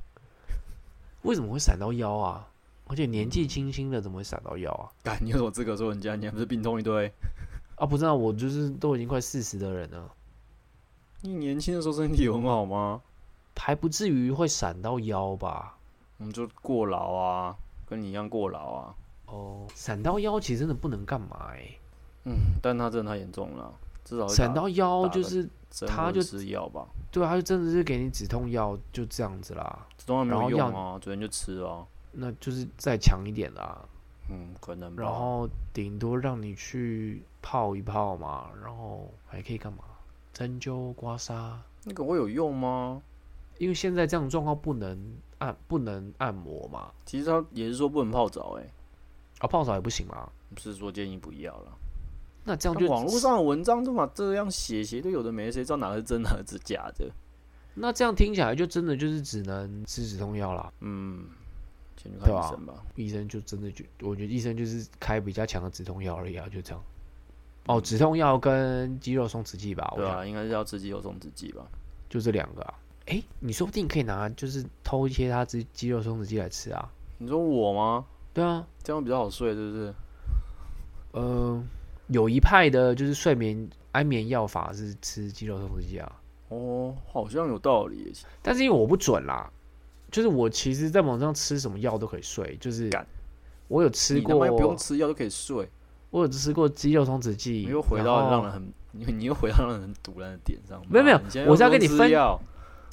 [SPEAKER 2] 为什么会闪到腰啊？而且年纪轻轻的怎么会闪到腰啊？
[SPEAKER 1] 干，你有什么资格说人家？你还不是病痛一堆？
[SPEAKER 2] 啊，不知道，我就是都已经快四十的人了，
[SPEAKER 1] 你年轻的时候身体有很好吗？
[SPEAKER 2] 还不至于会闪到腰吧？
[SPEAKER 1] 我们就过劳啊，跟你一样过劳啊。
[SPEAKER 2] 哦，闪到腰其实真的不能干嘛哎、
[SPEAKER 1] 嗯，但他真的太严重了，至少会
[SPEAKER 2] 闪
[SPEAKER 1] 打
[SPEAKER 2] 到腰
[SPEAKER 1] 打
[SPEAKER 2] 就
[SPEAKER 1] 个
[SPEAKER 2] 是
[SPEAKER 1] 针
[SPEAKER 2] 他
[SPEAKER 1] 或者
[SPEAKER 2] 就
[SPEAKER 1] 吃药吧，
[SPEAKER 2] 对啊，他就真的是给你止痛药，就这样子啦。
[SPEAKER 1] 这东西没
[SPEAKER 2] 然
[SPEAKER 1] 有
[SPEAKER 2] 后
[SPEAKER 1] 用啊，昨天就吃啊，
[SPEAKER 2] 那就是再强一点啦，
[SPEAKER 1] 嗯，可能吧。
[SPEAKER 2] 然后顶多让你去泡一泡嘛，然后还可以干嘛？针灸、刮痧，
[SPEAKER 1] 那个会有用吗？
[SPEAKER 2] 因为现在这样的状况不能按不能按摩嘛，
[SPEAKER 1] 其实他也是说不能泡澡、欸，哎，
[SPEAKER 2] 啊泡澡也不行嘛，
[SPEAKER 1] 不是说建议不要了。
[SPEAKER 2] 那这样
[SPEAKER 1] 但
[SPEAKER 2] 就
[SPEAKER 1] 网络上的文章都嘛这样写写，都有的没，谁知道哪个是真哪个是假的？
[SPEAKER 2] 那这样听起来就真的就是只能吃止痛药啦。
[SPEAKER 1] 嗯，先去看
[SPEAKER 2] 对啊
[SPEAKER 1] 医生吧。
[SPEAKER 2] 医生就真的就，我觉得医生就是开比较强的止痛药而已啊，就这样。哦，止痛药跟肌肉松弛剂吧，我
[SPEAKER 1] 对
[SPEAKER 2] 想
[SPEAKER 1] 啊，应该是要吃肌肉松弛剂吧。
[SPEAKER 2] 就这两个啊。诶，你说不定可以拿就是偷一些他肌肌肉松弛剂来吃啊。
[SPEAKER 1] 你说我吗？
[SPEAKER 2] 对啊，
[SPEAKER 1] 这样比较好睡，是不是？
[SPEAKER 2] 呃，有一派的就是睡眠安眠药法是吃肌肉松弛剂啊，
[SPEAKER 1] 哦，好像有道理耶。
[SPEAKER 2] 但是因为我不准啦，就是我其实在网上吃什么药都可以睡，就是
[SPEAKER 1] 干
[SPEAKER 2] 我有吃
[SPEAKER 1] 你他妈
[SPEAKER 2] 过，
[SPEAKER 1] 又不用吃药就可以睡，
[SPEAKER 2] 我有吃过肌肉松弛剂，
[SPEAKER 1] 你又回
[SPEAKER 2] 然
[SPEAKER 1] 到
[SPEAKER 2] 后
[SPEAKER 1] 让人很， 你你又回到让人很堵然的点上。
[SPEAKER 2] 没有没有
[SPEAKER 1] 妈你现在
[SPEAKER 2] 我是要
[SPEAKER 1] 又不
[SPEAKER 2] 跟你
[SPEAKER 1] 用吃
[SPEAKER 2] 分
[SPEAKER 1] 药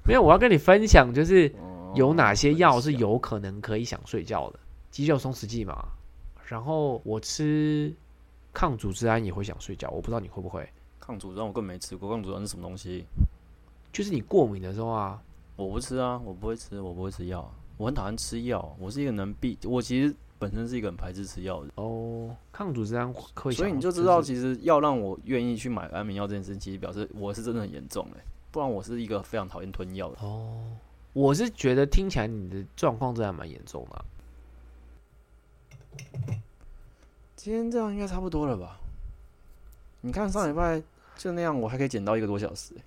[SPEAKER 2] 没有，我要跟你分享，就是
[SPEAKER 1] 哦
[SPEAKER 2] 有哪些药是
[SPEAKER 1] 分享
[SPEAKER 2] 有可能可以想睡觉的，肌肉松弛剂嘛。然后我吃抗组织胺也会想睡觉，我不知道你会不会，
[SPEAKER 1] 抗组织胺，我更没吃过。抗组织胺是什么东西？
[SPEAKER 2] 就是你过敏的时候啊，
[SPEAKER 1] 我不吃啊，我不会吃，我不会吃药啊，我很讨厌吃药。我是一个能避，我其实本身是一个很排斥吃药的人，
[SPEAKER 2] 哦，抗组织胺会想，
[SPEAKER 1] 所以你就知道，其实要让我愿意去买安眠药这件事情，其实表示我是真的很严重哎，不然我是一个非常讨厌吞药的人。
[SPEAKER 2] 哦，我是觉得听起来你的状况真的还蛮严重的啊、
[SPEAKER 1] 今天这样应该差不多了吧？你看上礼拜就那样，我还可以剪到一个多小时、欸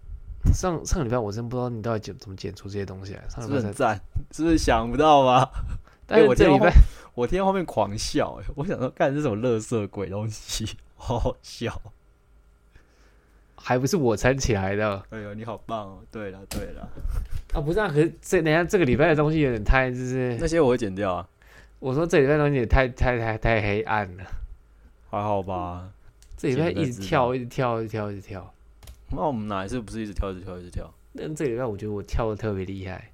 [SPEAKER 2] 上上个礼拜我真不知道你到底剪怎么剪出这些东西来，啊
[SPEAKER 1] 是
[SPEAKER 2] 上礼
[SPEAKER 1] 不
[SPEAKER 2] 拜
[SPEAKER 1] 是很
[SPEAKER 2] 才，
[SPEAKER 1] 赞？是不是想不到吧？
[SPEAKER 2] 但
[SPEAKER 1] 哎
[SPEAKER 2] 是
[SPEAKER 1] 我
[SPEAKER 2] 这
[SPEAKER 1] 听
[SPEAKER 2] 礼
[SPEAKER 1] 到
[SPEAKER 2] 拜
[SPEAKER 1] 我听到后面狂笑、哎，我想说，干这什么乐色鬼东西， 好好笑。
[SPEAKER 2] 还不是我撑起来的
[SPEAKER 1] 哎呦，你好棒哦！对了对了，
[SPEAKER 2] 啊，不是啊，可是这等一下这个礼拜的东西有点太就是
[SPEAKER 1] 哎那些我会剪掉啊，
[SPEAKER 2] 我说这礼拜东西也太太太太黑暗了，
[SPEAKER 1] 还好吧？
[SPEAKER 2] 这礼拜
[SPEAKER 1] 现在
[SPEAKER 2] 一直
[SPEAKER 1] 知道
[SPEAKER 2] 跳，一直跳，一直跳，一直跳。
[SPEAKER 1] 那我们哪一次不是一直跳一直跳一直跳？
[SPEAKER 2] 但这礼拜我觉得我跳的特别厉害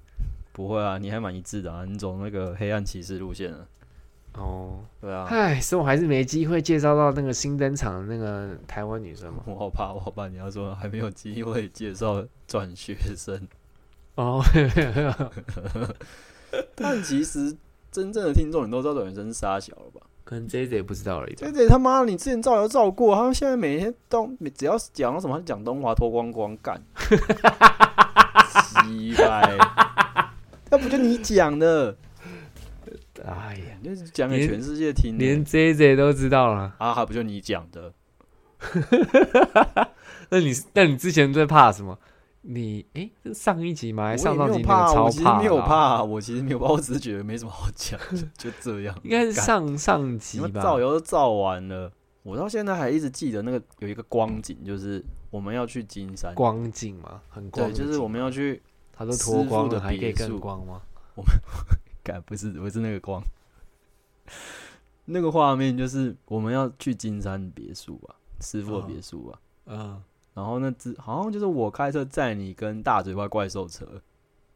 [SPEAKER 1] 不会啊，你还蛮一致的啊，你走那个黑暗骑士路线了。
[SPEAKER 2] 哦。
[SPEAKER 1] 对啊，
[SPEAKER 2] 唉，所以我还是没机会介绍到那个新登场的那个台湾女生嘛。
[SPEAKER 1] 我好怕，我好怕你要说还没有机会介绍转学生。
[SPEAKER 2] 哦，
[SPEAKER 1] 但其实真正的听众，你都知道转学生是傻小了吧？
[SPEAKER 2] 可能 J J 不知道而已吧
[SPEAKER 1] 对。对，他妈，你之前造谣造过，他们现在每天都每只要讲到什么，他就讲东华脱光光干，鸡掰， 那不就你讲的？
[SPEAKER 2] 哎呀，
[SPEAKER 1] 就是讲给全世界听
[SPEAKER 2] 连
[SPEAKER 1] 的。
[SPEAKER 2] J J 都知道了。
[SPEAKER 1] 啊，还不就你讲的？
[SPEAKER 2] 那你那你之前最怕什么？你哎，这上一集嘛，还
[SPEAKER 1] 我也
[SPEAKER 2] 是上上
[SPEAKER 1] 没有
[SPEAKER 2] 集你那个
[SPEAKER 1] 怕，
[SPEAKER 2] 超
[SPEAKER 1] 我其实没有
[SPEAKER 2] 的啊，
[SPEAKER 1] 怕，我其实没有怕，我只是觉得没什么好讲，就就这样。
[SPEAKER 2] 应该是
[SPEAKER 1] 干
[SPEAKER 2] 上上集
[SPEAKER 1] 你们
[SPEAKER 2] 吧？
[SPEAKER 1] 造谣都造完了，我到现在还一直记得那个有一个光景，就是我们要去金山，
[SPEAKER 2] 光景嘛，很光
[SPEAKER 1] 对，
[SPEAKER 2] 景。
[SPEAKER 1] 就是我们要去，
[SPEAKER 2] 他都脱光了，还可
[SPEAKER 1] 师
[SPEAKER 2] 以更
[SPEAKER 1] 傅的别墅
[SPEAKER 2] 光吗？
[SPEAKER 1] 干不是不是那个光， 那个画面就是我们要去金山别墅吧，师傅的别墅吧，
[SPEAKER 2] 嗯
[SPEAKER 1] 然后那只好像就是我开车载你跟大嘴巴怪兽车，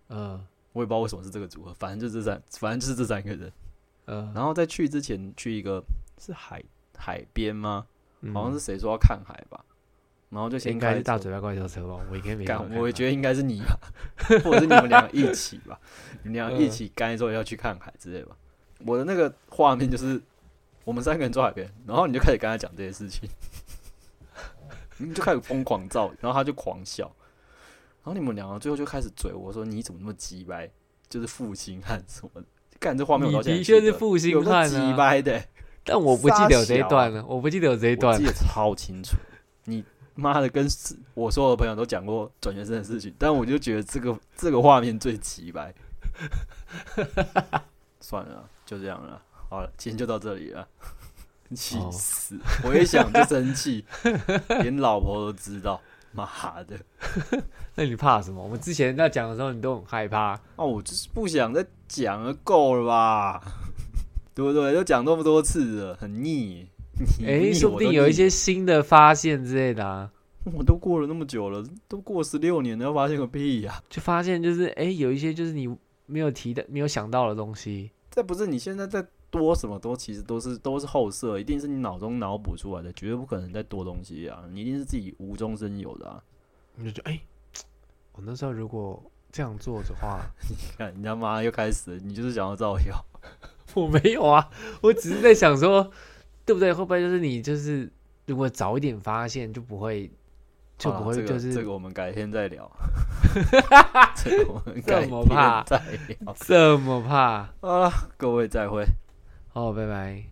[SPEAKER 2] 嗯
[SPEAKER 1] 我也不知道为什么是这个组合，反正就这三，反正就是这三个人。
[SPEAKER 2] 嗯，
[SPEAKER 1] 然后在去之前去一个是海海边吗？
[SPEAKER 2] 嗯
[SPEAKER 1] 好像是谁说要看海吧，然后就先
[SPEAKER 2] 应该
[SPEAKER 1] 开
[SPEAKER 2] 是大
[SPEAKER 1] 车
[SPEAKER 2] 嘴巴怪兽车吧？我应该没
[SPEAKER 1] 干
[SPEAKER 2] 看，啊过
[SPEAKER 1] 我也
[SPEAKER 2] 它
[SPEAKER 1] 觉得应该是你 吧，或者是你们两个一起吧，你们两个
[SPEAKER 2] 嗯
[SPEAKER 1] 一起干之后要去看海之类吧。我的那个画面就是我们三个人坐海边，然后你就开始跟他讲这些事情， 你就开始疯狂造，然后他就狂笑，然后你们两个最后就开始嘴我说你怎么那么鸡掰，就是负心汉什么的。干这画面我到现在还
[SPEAKER 2] 你的
[SPEAKER 1] 记得
[SPEAKER 2] 确是负心
[SPEAKER 1] 有个
[SPEAKER 2] 汉
[SPEAKER 1] 鸡
[SPEAKER 2] 啊，
[SPEAKER 1] 掰的、
[SPEAKER 2] 但我不记得有这一
[SPEAKER 1] 傻小啊
[SPEAKER 2] 段了，我不记得有这一
[SPEAKER 1] 我
[SPEAKER 2] 段
[SPEAKER 1] 记。得超清楚。你妈的，跟我所有的朋友都讲过转学生的事情，但我就觉得这个这个画面最奇白。算了，就这样了，好了，今天就到这里了。气
[SPEAKER 2] 哦
[SPEAKER 1] 死！我一想就生气，连老婆都知道。妈的！
[SPEAKER 2] 那你怕什么？我们之前在讲的时候，你都很害怕。
[SPEAKER 1] 啊，我就是不想再讲了，够了吧？ 对不对？都讲那么多次了，很腻。你
[SPEAKER 2] 哎，
[SPEAKER 1] 腻
[SPEAKER 2] 说不
[SPEAKER 1] 我都
[SPEAKER 2] 定有一
[SPEAKER 1] 腻
[SPEAKER 2] 些新的发现之类的啊，
[SPEAKER 1] 我都过了那么久了，都过十六年了，要发现个屁 呀、
[SPEAKER 2] 就发现就是哎，有一些就是你没有提的、没有想到的东西。
[SPEAKER 1] 这不是你现在在多什么都，其实都是都是后设，一定是你脑中脑补出来的，绝对不可能再多东西啊！你一定是自己无中生有的啊！
[SPEAKER 2] 你就觉得哎，我那时候如果这样做的话，
[SPEAKER 1] 看你他妈又开始了，你就是想要造谣，
[SPEAKER 2] 我没有啊，我只是在想说，对不对？会不会就是你就是如果早一点发现，就不会 就
[SPEAKER 1] 好啦
[SPEAKER 2] 不会
[SPEAKER 1] 这个
[SPEAKER 2] 就是、
[SPEAKER 1] 这个我们改天再 聊，这个我们改
[SPEAKER 2] 这么怕 啊
[SPEAKER 1] 天再聊。
[SPEAKER 2] 这么怕？
[SPEAKER 1] 好了，各位再会。
[SPEAKER 2] 哦，拜拜。